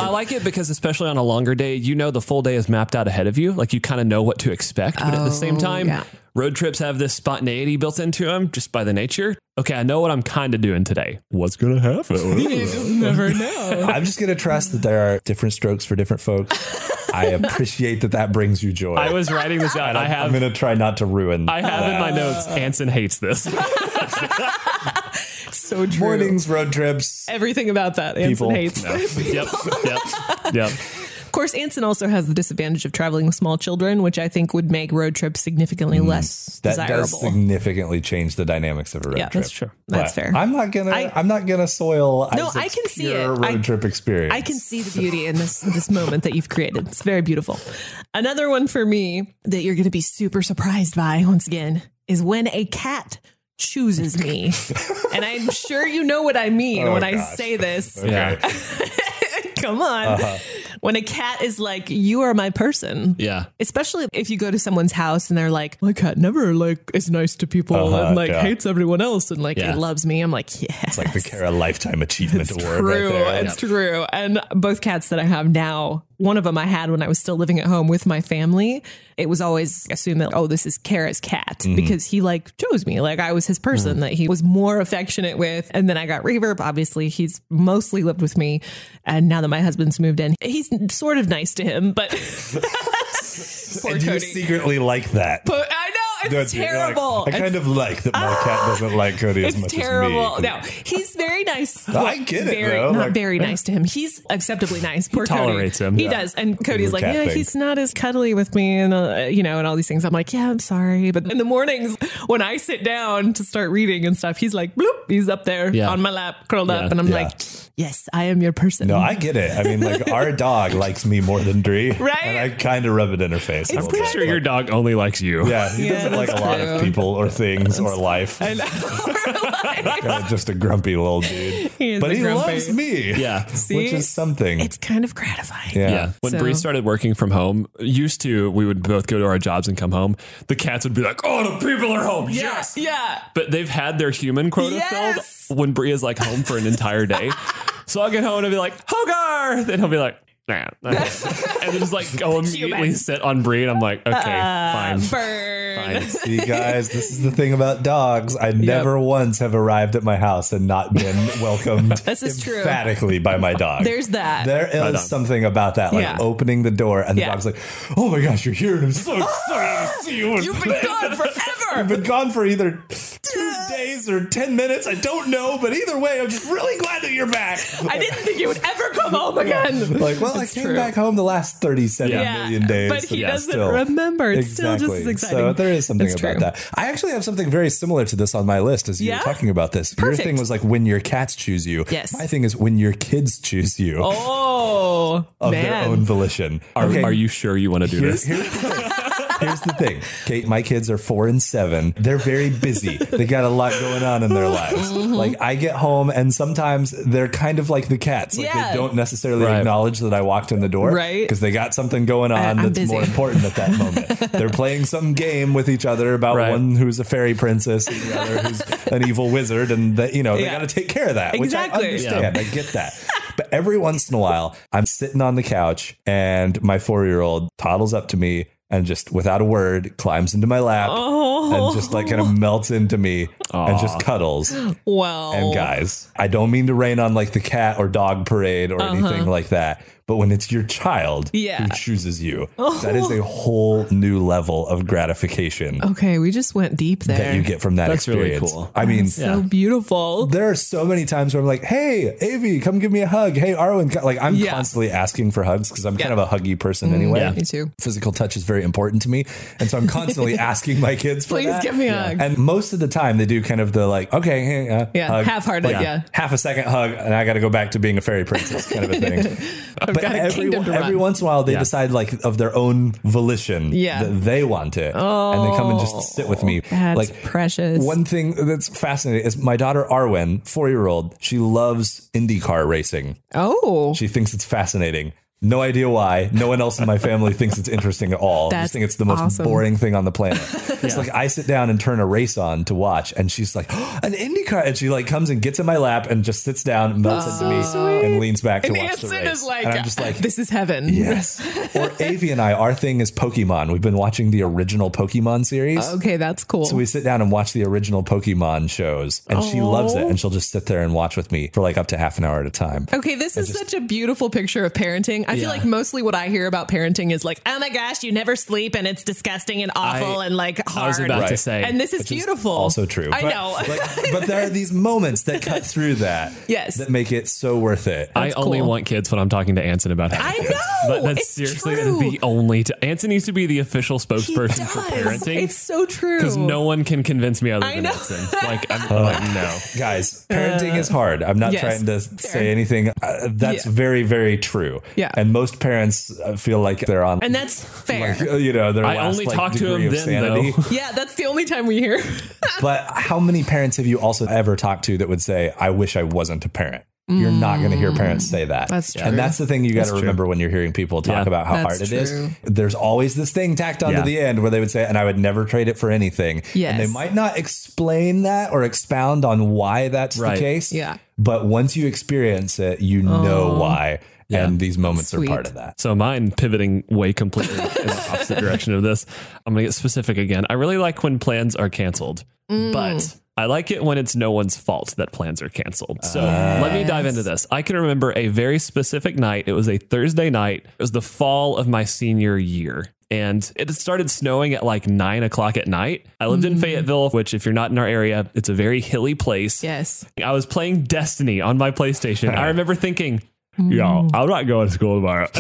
I like it because especially on a longer day, you know the full day is mapped out ahead of you. Like you kind of know what to expect, but at the same Oh, time, yeah. road trips have this spontaneity built into them just by the nature. Okay, I know what I'm kind of doing today. What's gonna happen? you just never know. I'm just going to trust that there are different strokes for different folks. [laughs] I appreciate that that brings you joy. I was writing this out. I I'm have. going to try not to ruin. I have in my notes. Anson hates this. so true. uh, mornings, road trips. Everything about that Anson People. hates. [laughs] yep. Yep. Yep. Of course, Anson also has the disadvantage of traveling with small children, which I think would make road trips significantly less Hmm. That does desirable. significantly change the dynamics of a road Yeah, trip. that's true. That's But fair. I'm not gonna. I- I, am not gonna soil. No, I Isaac's can see pure it. Road I- trip experience. I can see the beauty in this this moment that you've created. It's very beautiful. Another one for me that you're going to be super surprised by once again is when a cat [laughs] chooses me. and I'm sure you know what I mean Oh, when I gosh. say this. Yeah. [laughs] Come on. Uh-huh. When a cat is like, "You are my person." Yeah. Especially if you go to someone's house and they're like, "My cat never like is nice to people and like Uh-huh. yeah. hates everyone else and like Yeah. it loves me." I'm like, "Yes." like [laughs] the Kara Lifetime Achievement Award. true. Right there. It's true. And both cats that I have now, one of them I had when I was still living at home with my family. It was always assumed that, oh, this is Kara's cat Mm-hmm. because he like chose me. Like I was his person that he was more affectionate with. And then I got reverb. Obviously, he's mostly lived with me. And now that my husband's moved in, he's sort of nice to [laughs] him, but [laughs] poor And you Cody. secretly like that. but I know it's don't you? You're like, terrible. I kind It's- of like that my cat doesn't like Cody as much it's terrible. as me. No, he's very nice. [laughs] I get it, Very, though. Not Like- very nice to him. He's acceptably nice. Poor tolerates Cody. him. He Yeah. does. And Cody's the like, cat yeah, thing. he's not as cuddly with me, and uh, you know, and all these things. I'm like, yeah, I'm sorry. But in the mornings when I sit down to start reading and stuff, he's like, bloop, he's up there Yeah. on my lap, curled Yeah. up, and I'm Yeah. like, yes, I am your person. No, I get it. I mean, like our dog likes me more than Dree, Right? And I kind of rub it in her face. a I'm little pretty bit. sure your dog only likes you. Yeah, he Yeah, doesn't like that's a lot of true. people or things or life. And [laughs] Kind of just a grumpy little dude. He is but a he grumpy. loves me. Yeah. which is something. it's kind of gratifying. yeah. Yeah. When So- Bree started working from home, used to we would both go to our jobs and come home. The cats would be like, "Oh, the people are home." Yes. [laughs] Yeah. But they've had their human quota Yes. filled when Bree is like home for an entire day. so I'll get home and I'll be like, "Hogar," then he'll be like, "Nah," okay." and then just like go immediately Human. sit on Bree, and I'm like, "Okay, fine." Burn. Fine. See, guys, this is the thing about dogs. I never once have arrived at my house and not [laughs] been welcomed This is true. emphatically by my dog. There's that. There is on. something about that, like Yeah. opening the door and the Yeah. dog's like, "Oh my gosh, you're here! And I'm [laughs] so excited to see you." and You've been [laughs] gone I've forever. been gone for either [laughs] two days or ten minutes. I don't know, but either way, I'm just really glad that you're back. I didn't think you would ever come home [laughs] again. Like, well, It's I came true. back home the last thirty-seven million Yeah, days, but he yeah, doesn't still. remember. It's still just as exciting. So there is something It's about true. that. I actually have something very similar to this on my list as you Yeah? were talking about this. Perfect. Your thing was like when your cats choose you. Yes. My thing is when your kids choose you Oh of man, their own volition. Are, Okay, are you sure you want to do Here's, this? here's, the [laughs] thing. Here's the thing. Kate, my kids are four and seven. They're very busy. They got a lot going on in their lives. Mm-hmm. Like I get home and sometimes they're kind of like the cats. Like Yeah. they don't necessarily Right. acknowledge that I walked in the door. Right. Because they got something going on I'm that's busy. more important at that [laughs] moment. they're playing some game with each other about Right. one who's a fairy princess and the other who's an evil wizard. And that you know, they Yeah. gotta take care of that. Exactly. Which I understand. I get that. But every once in a while, I'm sitting on the couch and my four year old toddles up to me and just without a word climbs into my lap Oh. and just like kind of melts into me and just cuddles. well, And guys, I don't mean to rain on like the cat or dog parade or anything like that. But when it's your child Uh-huh. Yeah. Oh. who chooses [laughs] you, that is a whole new level of gratification Okay, we just went deep there. that you get from that That's really experience. cool. I mean, So beautiful. there are so many times where I'm like, "Hey, Avi, come give me a hug." Hey, Arwen, co-" like I'm Yeah. constantly asking for hugs because I'm kind of Mm, Yeah. a huggy person anyway. yeah. Me too. Physical touch is very important to me, and so I'm [laughs] constantly asking my kids for Please that. give me a hug. And most of the time, they do kind of the like, okay, hey, uh, Yeah, hug. half-hearted, yeah. half a second hug, and I got to go back to being a fairy princess kind of a thing. [laughs] I've but got a every, kingdom to run. every once in a while, they Yeah. decide like of their own volition Yeah. Oh, that they want it, and they come and just sit with me. That's like precious. One thing that's fascinating is my daughter Arwen, four year old. She loves IndyCar racing. [laughs] oh, She thinks it's fascinating. No idea why. No one else in my family thinks it's interesting at all. I That's just think it's the most awesome. boring thing on the [laughs] planet. It's like I sit down and turn a race on to watch, and she's like, "Oh, an IndyCar. And she like comes and gets in my lap and just sits down, melts into me, and leans back to and watch the Anson race. is like, "Ah, and I'm just like, this is heaven. [laughs] yes. or Avi and I, our thing is Pokemon. We've been watching the original Pokemon series. Okay, that's cool. So we sit down and watch the original Pokemon shows, and she loves it, and she'll just sit there and watch with me for like up to half an hour at a time. Okay, this is such a beautiful picture of parenting. I feel like mostly what I hear about parenting is like, oh my gosh, you never sleep and it's disgusting and awful I- and like hard. I was about to Right. say, and this is beautiful. Also true. I But- [laughs] know. [laughs] But, but there are these moments that [laughs] cut through that. Yes. That make it so worth it. I only cool. want kids when I'm talking to Anson about having I kids. know! But that's It's seriously true. the only. T- Anson needs to be the official He spokesperson for does. parenting. It's so true. because no one can convince me other I than know. Anson. [laughs] Like I'm like no. Guys, parenting is hard. I'm not uh, yes, trying to say anything. Uh, that's Yeah. very, very true. Yeah. And most parents uh, feel like they're on. and that's fair. like, uh, you know, their I last, only like, talk to degree him of then, [laughs] sanity. though. yeah, that's the only time we hear. But how many parents have you also ever talked to that would say, I wish I wasn't a parent? You're not going to hear parents say that. Mm. That's true. And that's the thing you got to remember when you're hearing people talk Yeah. about how That's hard it is. true. There's always this thing tacked onto Yeah. the end where they would say, and I would never trade it for anything. And Yes. they might not explain that or expound on why that's Right. the case. Yeah. Oh. But once you experience it, you know why. And these moments Sweet. are part of that. So mine pivoting way completely in the opposite direction of this. I'm gonna get specific again. I really like when plans are canceled, but I like it when it's no one's fault that plans are canceled. So let me dive into this. I can remember a very specific night. It was a Thursday night. It was the fall of my senior year. And it started snowing at like nine o'clock at night. I lived in Fayetteville, which, if you're not in our area, it's a very hilly place. Yes. I was playing Destiny on my PlayStation. [laughs] I remember thinking, "Hmm." yo, I'm not going to school [laughs] tomorrow. like,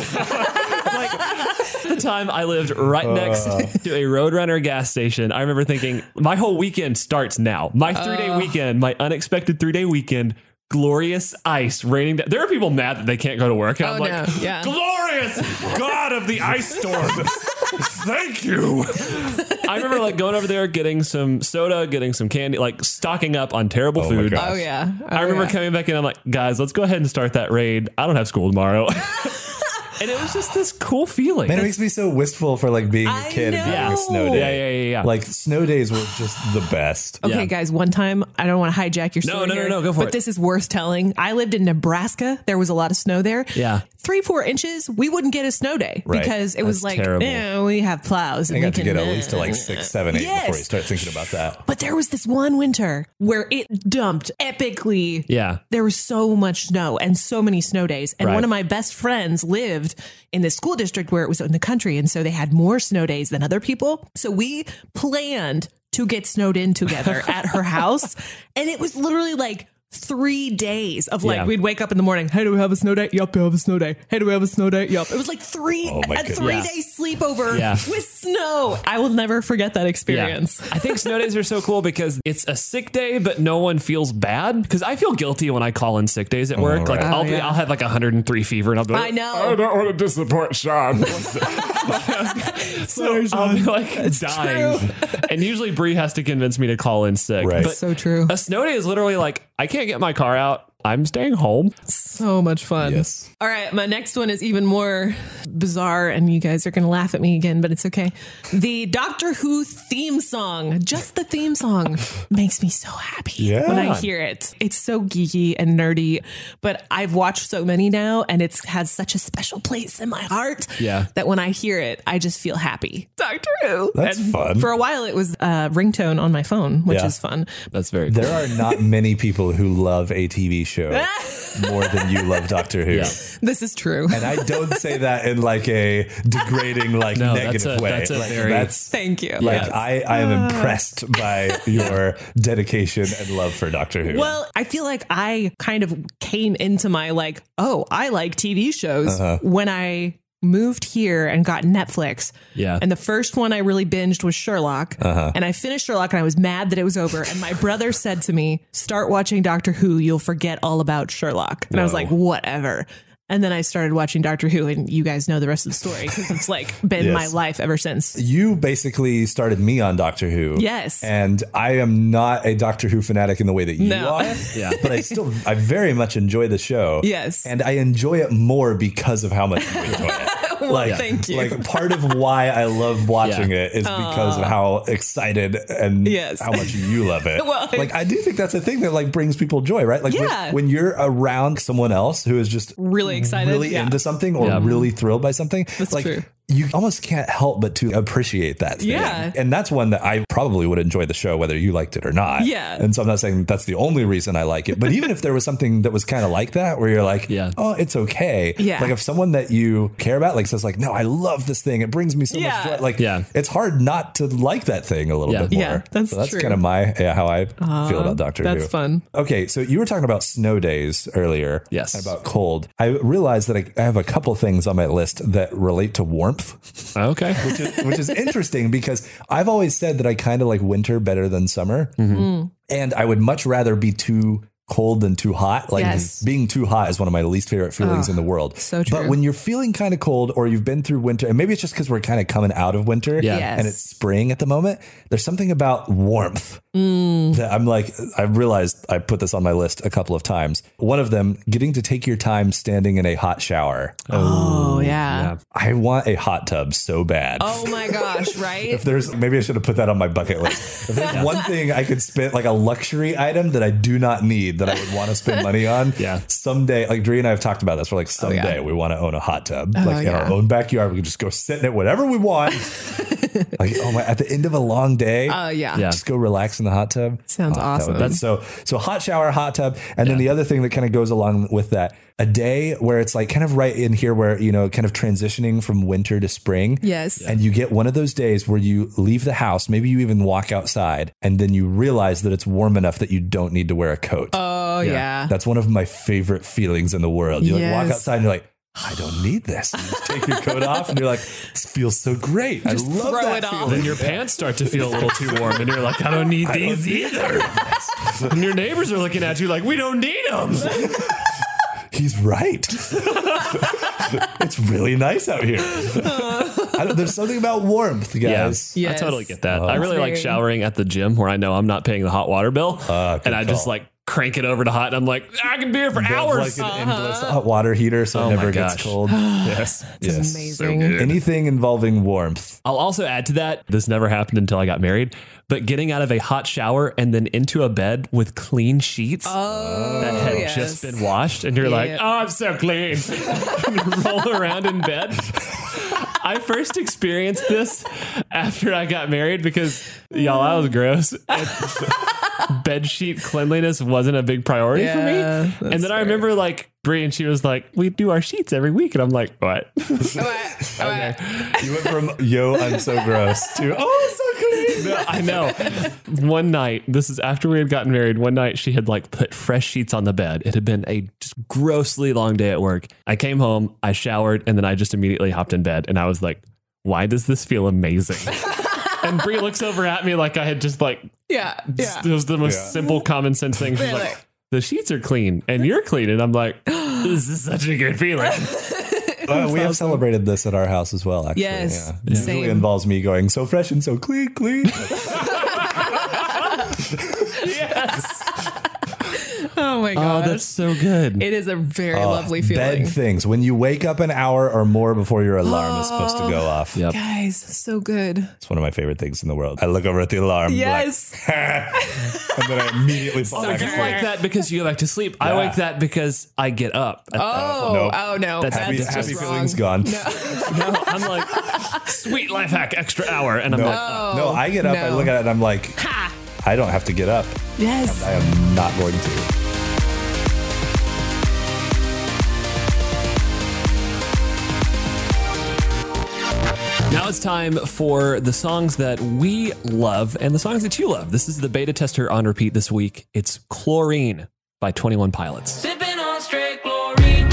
at the time I lived right next to a Roadrunner gas station, I remember thinking, my whole weekend starts now. My three Uh. day weekend, my unexpected three day weekend, glorious ice raining. down. There are people mad that they can't go to work. And I'm Oh, [laughs] like, no. Yeah. glorious God of the ice storm. Thank you. I remember like going over there, getting some soda, getting some candy, like stocking up on terrible my food. gosh. Oh yeah. Oh, I remember yeah. coming back in. I'm like, guys, let's go ahead and start that raid. I don't have school tomorrow. [laughs] and it was just this cool feeling. Man, it makes me so wistful for like being I a kid and know. having a snow yeah, day. yeah, yeah, yeah. Like snow days were just the best. Okay, Yeah. guys, one time, I don't want to hijack your No, story. no, no, here, no, go for but it. this is worth telling. I lived in Nebraska. There was a lot of snow there. Yeah. Three, four inches, we wouldn't get a snow day Right. because it was That's like, terrible. eh, we have plows. And I we got to can, get at least to uh, like six, seven, eight Yes. before you start thinking about that. But there was this one winter where it dumped epically. yeah. There was so much snow and so many snow days. And Right. one of my best friends lived in this school district where it was in the country. And so they had more snow days than other people. So we planned to get snowed in [laughs] together at her house. And it was literally like, Three days of like Yeah. we'd wake up in the morning. Hey, do we have a snow day? Yup, we have a snow day. Hey, do we have a snow day? Yup. It was like three Oh, my a goodness. three Yeah. day sleepover Yeah. with snow. I will never forget that experience. Yeah. [laughs] I think snow days are so cool because it's a sick day, but no one feels bad. Because I feel guilty when I call in sick days at work. Like right. I'll Oh, be, yeah. I'll have like 103 fever, and I'll be like, I know. don't want to disappoint Sean. so [laughs] um, I'll um, be [laughs] like dying. [laughs] And usually Bree has to convince me to call in sick. Right. But So true. a snow day is literally like I can't get my car out. I'm staying home. So much fun. Yes. All right, my next one is even more bizarre, and you guys are going to laugh at me again, but it's okay. The Doctor Who theme song, just the theme song, makes me so happy Yeah. when I hear it. It's so geeky and nerdy, but I've watched so many now, and it's has such a special place in my heart Yeah. that when I hear it, I just feel happy. Doctor Who. That's fun. For a while, it was uh, ringtone on my phone, which Yeah. is fun. That's very [laughs] cool. There are not many people who love a TV show more than you love Doctor Who. Yeah. This is true. And I don't say that in like a degrading, like No, that's negative a- way. that's a like, very- that's [laughs] Thank you. like Yes. I, I am Ah. impressed by [laughs] your dedication and love for Doctor Who. Well, I feel like I kind of came into my like, oh, I like TV shows Uh-huh. when I moved here and got Netflix. Yeah. And the first one I really binged was Sherlock. Uh-huh. And I finished Sherlock and I was mad that it was over. And my brother said to me, start watching Doctor Who. You'll forget all about Sherlock. And I was like, whatever. And then I started watching Doctor Who, and you guys know the rest of the story because it's like [laughs] been Yes. my life ever since. you basically started me on Doctor Who. Yes. And I am not a Doctor Who fanatic in the way that you No. are. [laughs] Yeah. But I still I very much enjoy the show. Yes. And I enjoy it more because of how much you enjoy [laughs] it. like, thank you. Like part of why I love watching Yeah. it is because of how excited and Yes. how much you love it. [laughs] Well, I- like I do think that's a thing that like brings people joy, right? Like when- Yeah. when, you're around someone else who is just Really excited. really yeah. into something or Yeah. really thrilled by something, like true. you almost can't help but to appreciate that. Thing. Yeah. and that's one that I probably would enjoy the show whether you liked it or not. Yeah. and so I'm not saying that's the only reason I like it, but even if there was something that was kind of like that, where you're like, Yeah. oh, it's okay. Yeah. like if someone that you care about like says like, no, I love this thing. It brings me so Yeah. much joy. Like, Yeah. it's hard not to like that thing a little Yeah. bit more. Yeah, that's so that's true. kind of my yeah, how I feel about Doctor Who. That's fun. Okay, so you were talking about snow days earlier. Yes. and About cold. I realized that I, I have a couple things on my list that relate to warmth, Okay. which is, which is interesting because I've always said that I kind of like winter better than summer. Mm-hmm. And I would much rather be too cold than too hot. Like Yes. being too hot is one of my least favorite feelings in the world. so But true. when you're feeling kind of cold or you've been through winter, and maybe it's just because we're kind of coming out of winter Yeah. Yes. and it's spring at the moment, there's something about warmth Mm. that I'm like, I realized I put this on my list a couple of times. One of them, getting to take your time standing in a hot [gasps] shower. Oh, yeah. I want a hot tub so bad. Oh my gosh, right? If there's maybe I should have put that on my bucket list. If there's one thing I could spend like a luxury item that I do not need that I would want to spend money [laughs] on. Yeah. Someday, like Dre and I have talked about this. We're like, someday we want to own a hot tub. like in our Oh, yeah. own backyard. We can just go sit in it whatever we [laughs] want. like, oh my at the end of a long day. Oh yeah. Yeah. [laughs] Just go relax in the hot tub. Sounds Oh, that would awesome. be- so so hot shower, hot tub, and then the other thing that kind of goes along with that, a day where it's like kind of right in here where you know kind of transitioning from winter to spring. Yes. Yeah. And you get one of those days where you leave the house, maybe you even walk outside, and then you realize that it's warm enough that you don't need to wear a coat. Oh yeah. That's one of my favorite feelings in the world. You like walk Yes. outside and you're like, I don't need this. You just take your coat off and you're like, this feels so great. I love throw that it off. feeling. [laughs] Then your pants start to feel a little too warm, and you're like, I don't need I don't these need either. and your neighbors are looking at you like, we don't need them. He's right. [laughs] it's really nice out here. I don't, there's something about warmth, guys. Yeah, Yes. I totally get that. I really like very- showering at the gym where I know I'm not paying the hot water bill, Ah, good and I just call. like crank it over to hot, and I'm like, I can be here for They have, hours. like Uh-huh. an endless hot water heater, so Oh it my never gets gosh. [sighs] cold. yes, It's Yes. amazing. So good. Anything involving warmth. I'll also add to that, this never happened until I got married, but getting out of a hot shower and then into a bed with clean sheets oh that had yes. just been washed, and you're like, Yeah. oh, I'm so clean. [laughs] and roll around in bed. I first experienced this after I got married because y'all, I was gross. And bed sheet cleanliness wasn't a big priority Yeah, for me. that's And then I remember like Brie and she was like, we do our sheets every week. And I'm like, what? Okay. You went from yo, I'm so [laughs] gross to oh, it's so clean. No, [laughs] I know. One night, this is after we had gotten married. One night, she had like put fresh sheets on the bed. It had been a just grossly long day at work. I came home, I showered, and then I just immediately hopped in bed. And I was like, "Why does this feel amazing?" and Brie looks over at me like I had just like Yeah. Yeah. it was the most Yeah. simple common sense thing. She's Yeah, like, like- "The sheets are clean, and you're clean," and I'm like, "This is such a good feeling." Uh, we have celebrated this at our house as well. Actually, Yes. It usually Same. involves me going so fresh and so clean, [laughs] clean. yes. Oh my Oh, gosh. that's so good. it is a very Oh, lovely feeling. Bed things when you wake up an hour or more before your alarm is supposed to go Oh. off. Yep. Guys, so good. It's one of my favorite things in the world. I look over at the alarm. be like, Yes. and then I immediately fall So back you asleep. like that because you go back to sleep. I like that because I get up. At Oh, Nope. oh no. That's- happy, just happy wrong. feelings gone. No, No, I'm like, sweet life hack, extra hour. And I'm like, no, I get up, I no. look at it, and I'm like, I don't have to get up. Yes. I am not going to. Now it's time for the songs that we love and the songs that you love. This is the beta tester on repeat this week. It's Chlorine by 21 Pilots. Sipping on straight chlorine.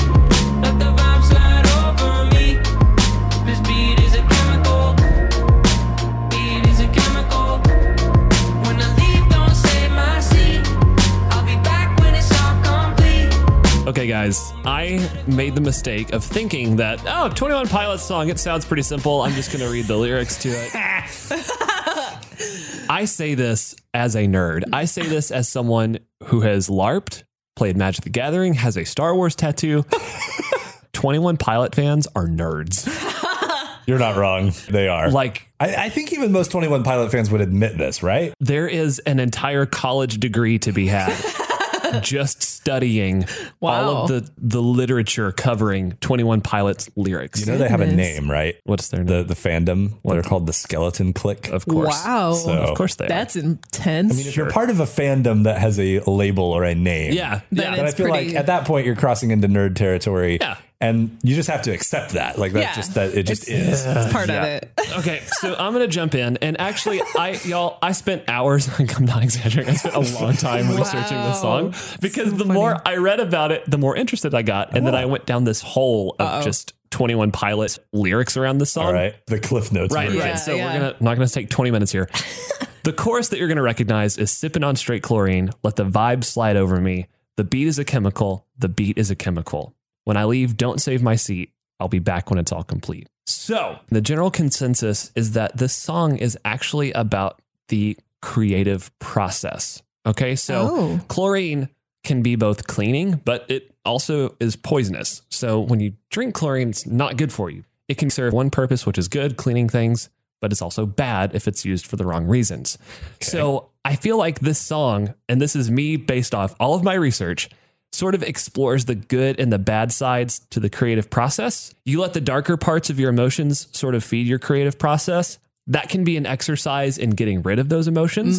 Let the vibe slide over me. This beat is a chemical. Beat is a chemical. When I leave, don't save my seat. I'll be back when it's all complete. Okay, guys, I made the mistake of thinking that, oh, 21 Pilots song, it sounds pretty simple. I'm just going to read the lyrics to it. I say this as a nerd. I say this as someone who has LARPed, played Magic the Gathering, has a Star Wars tattoo. 21 Pilot fans are nerds. You're not wrong. They are. Like, I, I think even most 21 Pilot fans would admit this, right? there is an entire college degree to be had just studying all Wow. of the, the literature covering 21 Pilots lyrics. You know they have a Goodness. name, right? What's their name? The the fandom. They're called the Skeleton Clique. of course. Wow. So- Of course they are. [laughs] That's intense. I mean, if you're part of a fandom that has a label or a name, Yeah. Then yeah. then I It's feel like pretty- at that point you're crossing into nerd territory. Yeah. And you just have to accept that. Like that's Yeah. just that it just It's- is. it's part of it. Okay, so I'm gonna jump in, and actually, I y'all, I spent hours. [laughs] I'm not exaggerating. I spent a long time researching this Wow. song because the more I read about it, the more interested I got, and then I went down this hole of just 21 Pilot lyrics around the song. All right. The cliff notes. Right, version. right. Yeah, So yeah. we're gonna I'm not gonna take 20 minutes here. the chorus that you're gonna recognize is sipping on straight chlorine. Let the vibe slide over me. The beat is a chemical. The beat is a chemical. When I leave, don't save my seat. I'll be back when it's all complete. So the general consensus is that this song is actually about the creative process. Okay, so Oh. chlorine can be both cleaning, but it also is poisonous. So when you drink chlorine, it's not good for you. It can serve one purpose, which is good, cleaning things, but it's also bad if it's used for the wrong reasons. So I feel like this song, and this is me based off all of my research, sort of explores the good and the bad sides to the creative process. You let the darker parts of your emotions sort of feed your creative process. That can be an exercise in getting rid of those emotions.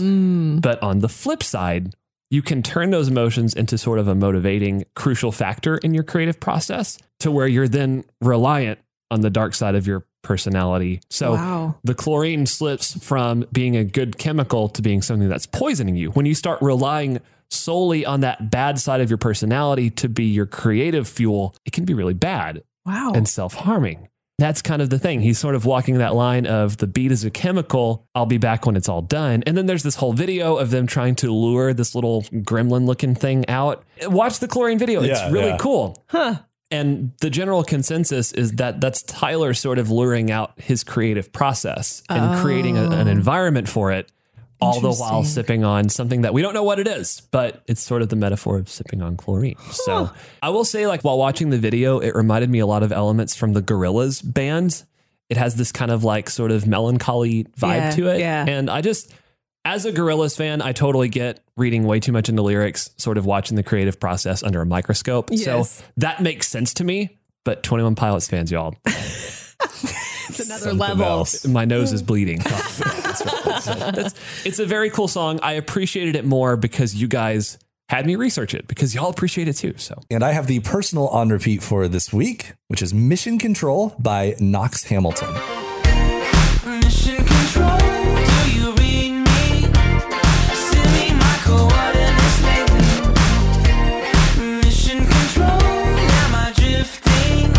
But on the flip side, you can turn those emotions into sort of a motivating, crucial factor in your creative process to where you're then reliant on the dark side of your personality. So Wow. the chlorine slips from being a good chemical to being something that's poisoning you. When you start relying solely on that bad side of your personality to be your creative fuel, it can be really bad Wow. and self harming. That's kind of the thing. He's sort of walking that line of the beat is a chemical. I'll be back when it's all done. And then there's this whole video of them trying to lure this little gremlin looking thing out. Watch the chlorine video. Yeah, it's really yeah. cool. Huh. And the general consensus is that that's Tyler sort of luring out his creative process and creating Oh. a- an environment for it, all the while sipping on something that we don't know what it is, but it's sort of the metaphor of sipping on chlorine. So I will say, like, while watching the video, it reminded me a lot of elements from the Gorillaz band. It has this kind of like sort of melancholy vibe Yeah, to it. yeah. And I just, as a Gorillaz fan, I totally get reading way too much into lyrics, sort of watching the creative process under a microscope. Yes. So that makes sense to me. But 21 Pilots fans, y'all, It's another Something level. else. my nose is bleeding. [laughs] That's- it's a very cool song. I appreciated it more because you guys had me research it because y'all appreciate it too. So And I have the personal on repeat for this week, which is Mission Control by Knox Hamilton. Mission control, do you read me? Send me my coordinates lately. Mission control, am I drifting?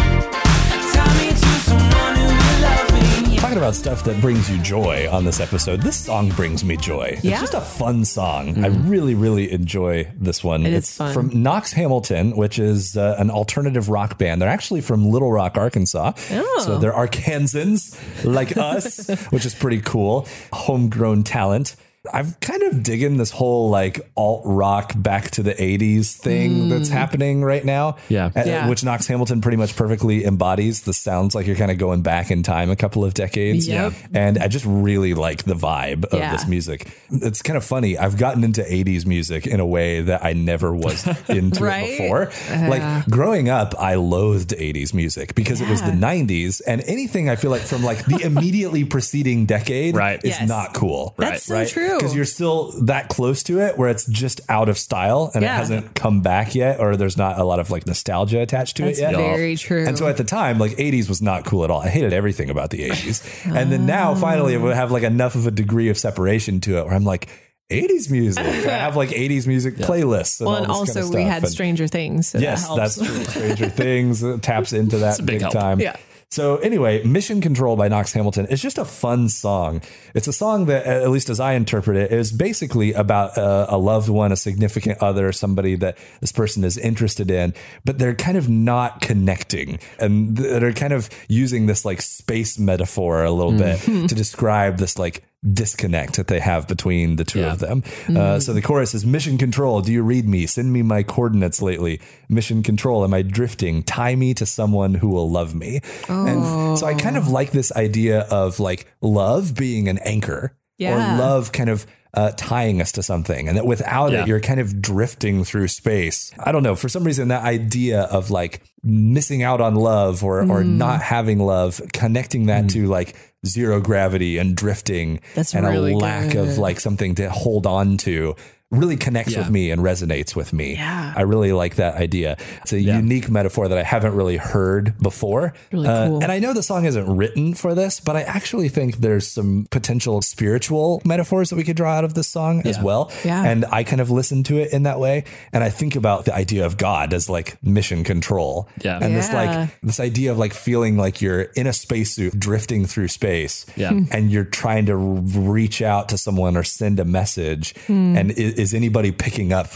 Tie me to someone who will love me. Talking about stuff that brings you joy on this episode, this song brings me joy. Yeah? Mm. It's just a fun song. I really, really enjoy this one. It is it's fun. from Knox Hamilton, which is uh, an alternative rock band. They're actually from Little Rock, Arkansas. Oh. So they're Arkansans [laughs] like us, which is pretty cool. Homegrown talent. I'm kind of digging this whole like alt rock back to the 80s thing that's happening right now. Yeah. And- Mm. Yeah. Which Knox Hamilton pretty much perfectly embodies. This sounds like you're kind of going back in time a couple of decades. Yep. And I just really like the vibe of Yeah. this music. It's kind of funny. I've gotten into 80s music in a way that I never [laughs] was into Right? it before. like growing up, I loathed 80s music because it was the 90s and [laughs] anything I feel like from like the immediately preceding decade Right. is Yes. not cool. That's so Right? true. true. because you're still that close to it where it's just out of style and it Yeah. hasn't come back yet or there's not a lot of like nostalgia attached to That's it yet very true. and so at the time like 80s was not cool at all i hated everything about the 80s and then now Ah. finally i would have like enough of a degree of separation to it where i'm like 80s music i have like 80s music playlists and well, all and this also kind of we stuff. had And- Stranger Things. So Yes, that that's helps. true. Stranger Things uh, taps into that a big big, help. time. Yeah. So anyway, Mission Control by Knox Hamilton is just a fun song. It's a song that, at least as I interpret it, is basically about a, a loved one, a significant other, somebody that this person is interested in, but they're kind of not connecting, and th- they're kind of using this like space metaphor a little bit to describe this like disconnect that they have between the two Yeah. of them. Uh, so the chorus is Mission Control, do you read me? Send me my coordinates lately. Mission Control, am I drifting? Tie me to someone who will love me. And so I kind of like this idea of like love being an anchor Yeah. or love kind of. Uh, tying us to something, and that without Yeah. it, you're kind of drifting through space. I don't know. For some reason, that idea of like missing out on love or or Mm. not having love, connecting that to like zero gravity and drifting, That's and really a lack of good. like something to hold on to really connects Yeah. with me and resonates with me. Yeah. I really like that idea. It's a unique metaphor that I haven't really heard before. Uh, Really cool. And I know the song isn't written for this, but I actually think there's some potential spiritual metaphors that we could draw out of this song as Yeah. well. Yeah. And I kind of listen to it in that way. And I think about the idea of God as like mission control. Yeah. And this Yeah. like this idea of like feeling like you're in a spacesuit drifting through space Yeah. Hmm. and you're trying to r- reach out to someone or send a message and is, is anybody picking up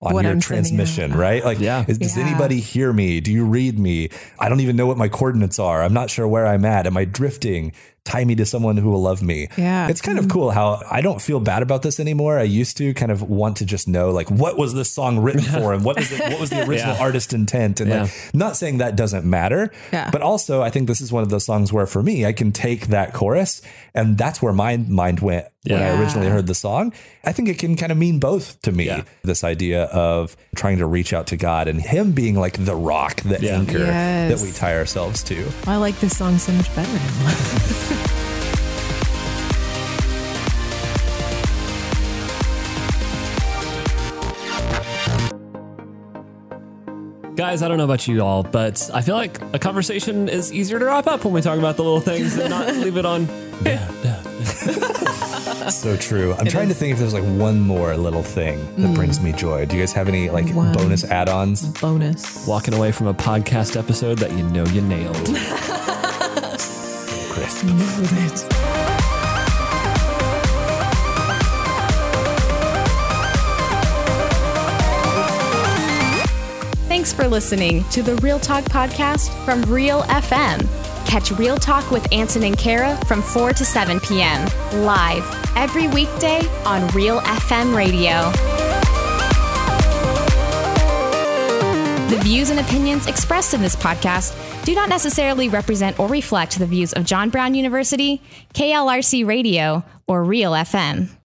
on Hmm. What your I'm sending out. transmission right like Yeah. is- does Yeah. anybody hear me do you read me i don't even know what my coordinates are i'm not sure where i'm at am i drifting tie me to someone who will love me Yeah. it's kind of cool how i don't feel bad about this anymore i used to kind of want to just know like what was this song [laughs] written for and what was it, what was the original Yeah. artist intent and like not saying that doesn't matter Yeah. but also i think this is one of those songs where for me i can take that chorus and that's where my mind went when Yeah. i originally heard the song i think it can kind of mean both to me Yeah. this idea of trying to reach out to god and him being like the rock the Yeah. anchor Yes. that we tie ourselves to I like this song so much better now. Guys, I don't know about you all, but I feel like a conversation is easier to wrap up when we talk about the little things and not [laughs] leave it on. so true i'm trying to think if there's like one more little thing that brings me joy do you guys have any like One. bonus add-ons Bonus. Walking away from a podcast episode that you know you nailed. chris Thanks for listening to the Real Talk podcast from Real FM. Catch Real Talk with Anson and Kara from 4 to 7 p.m. live every weekday on Real FM radio. The views and opinions expressed in this podcast do not necessarily represent or reflect the views of John Brown University, KLRC Radio, or Real FM.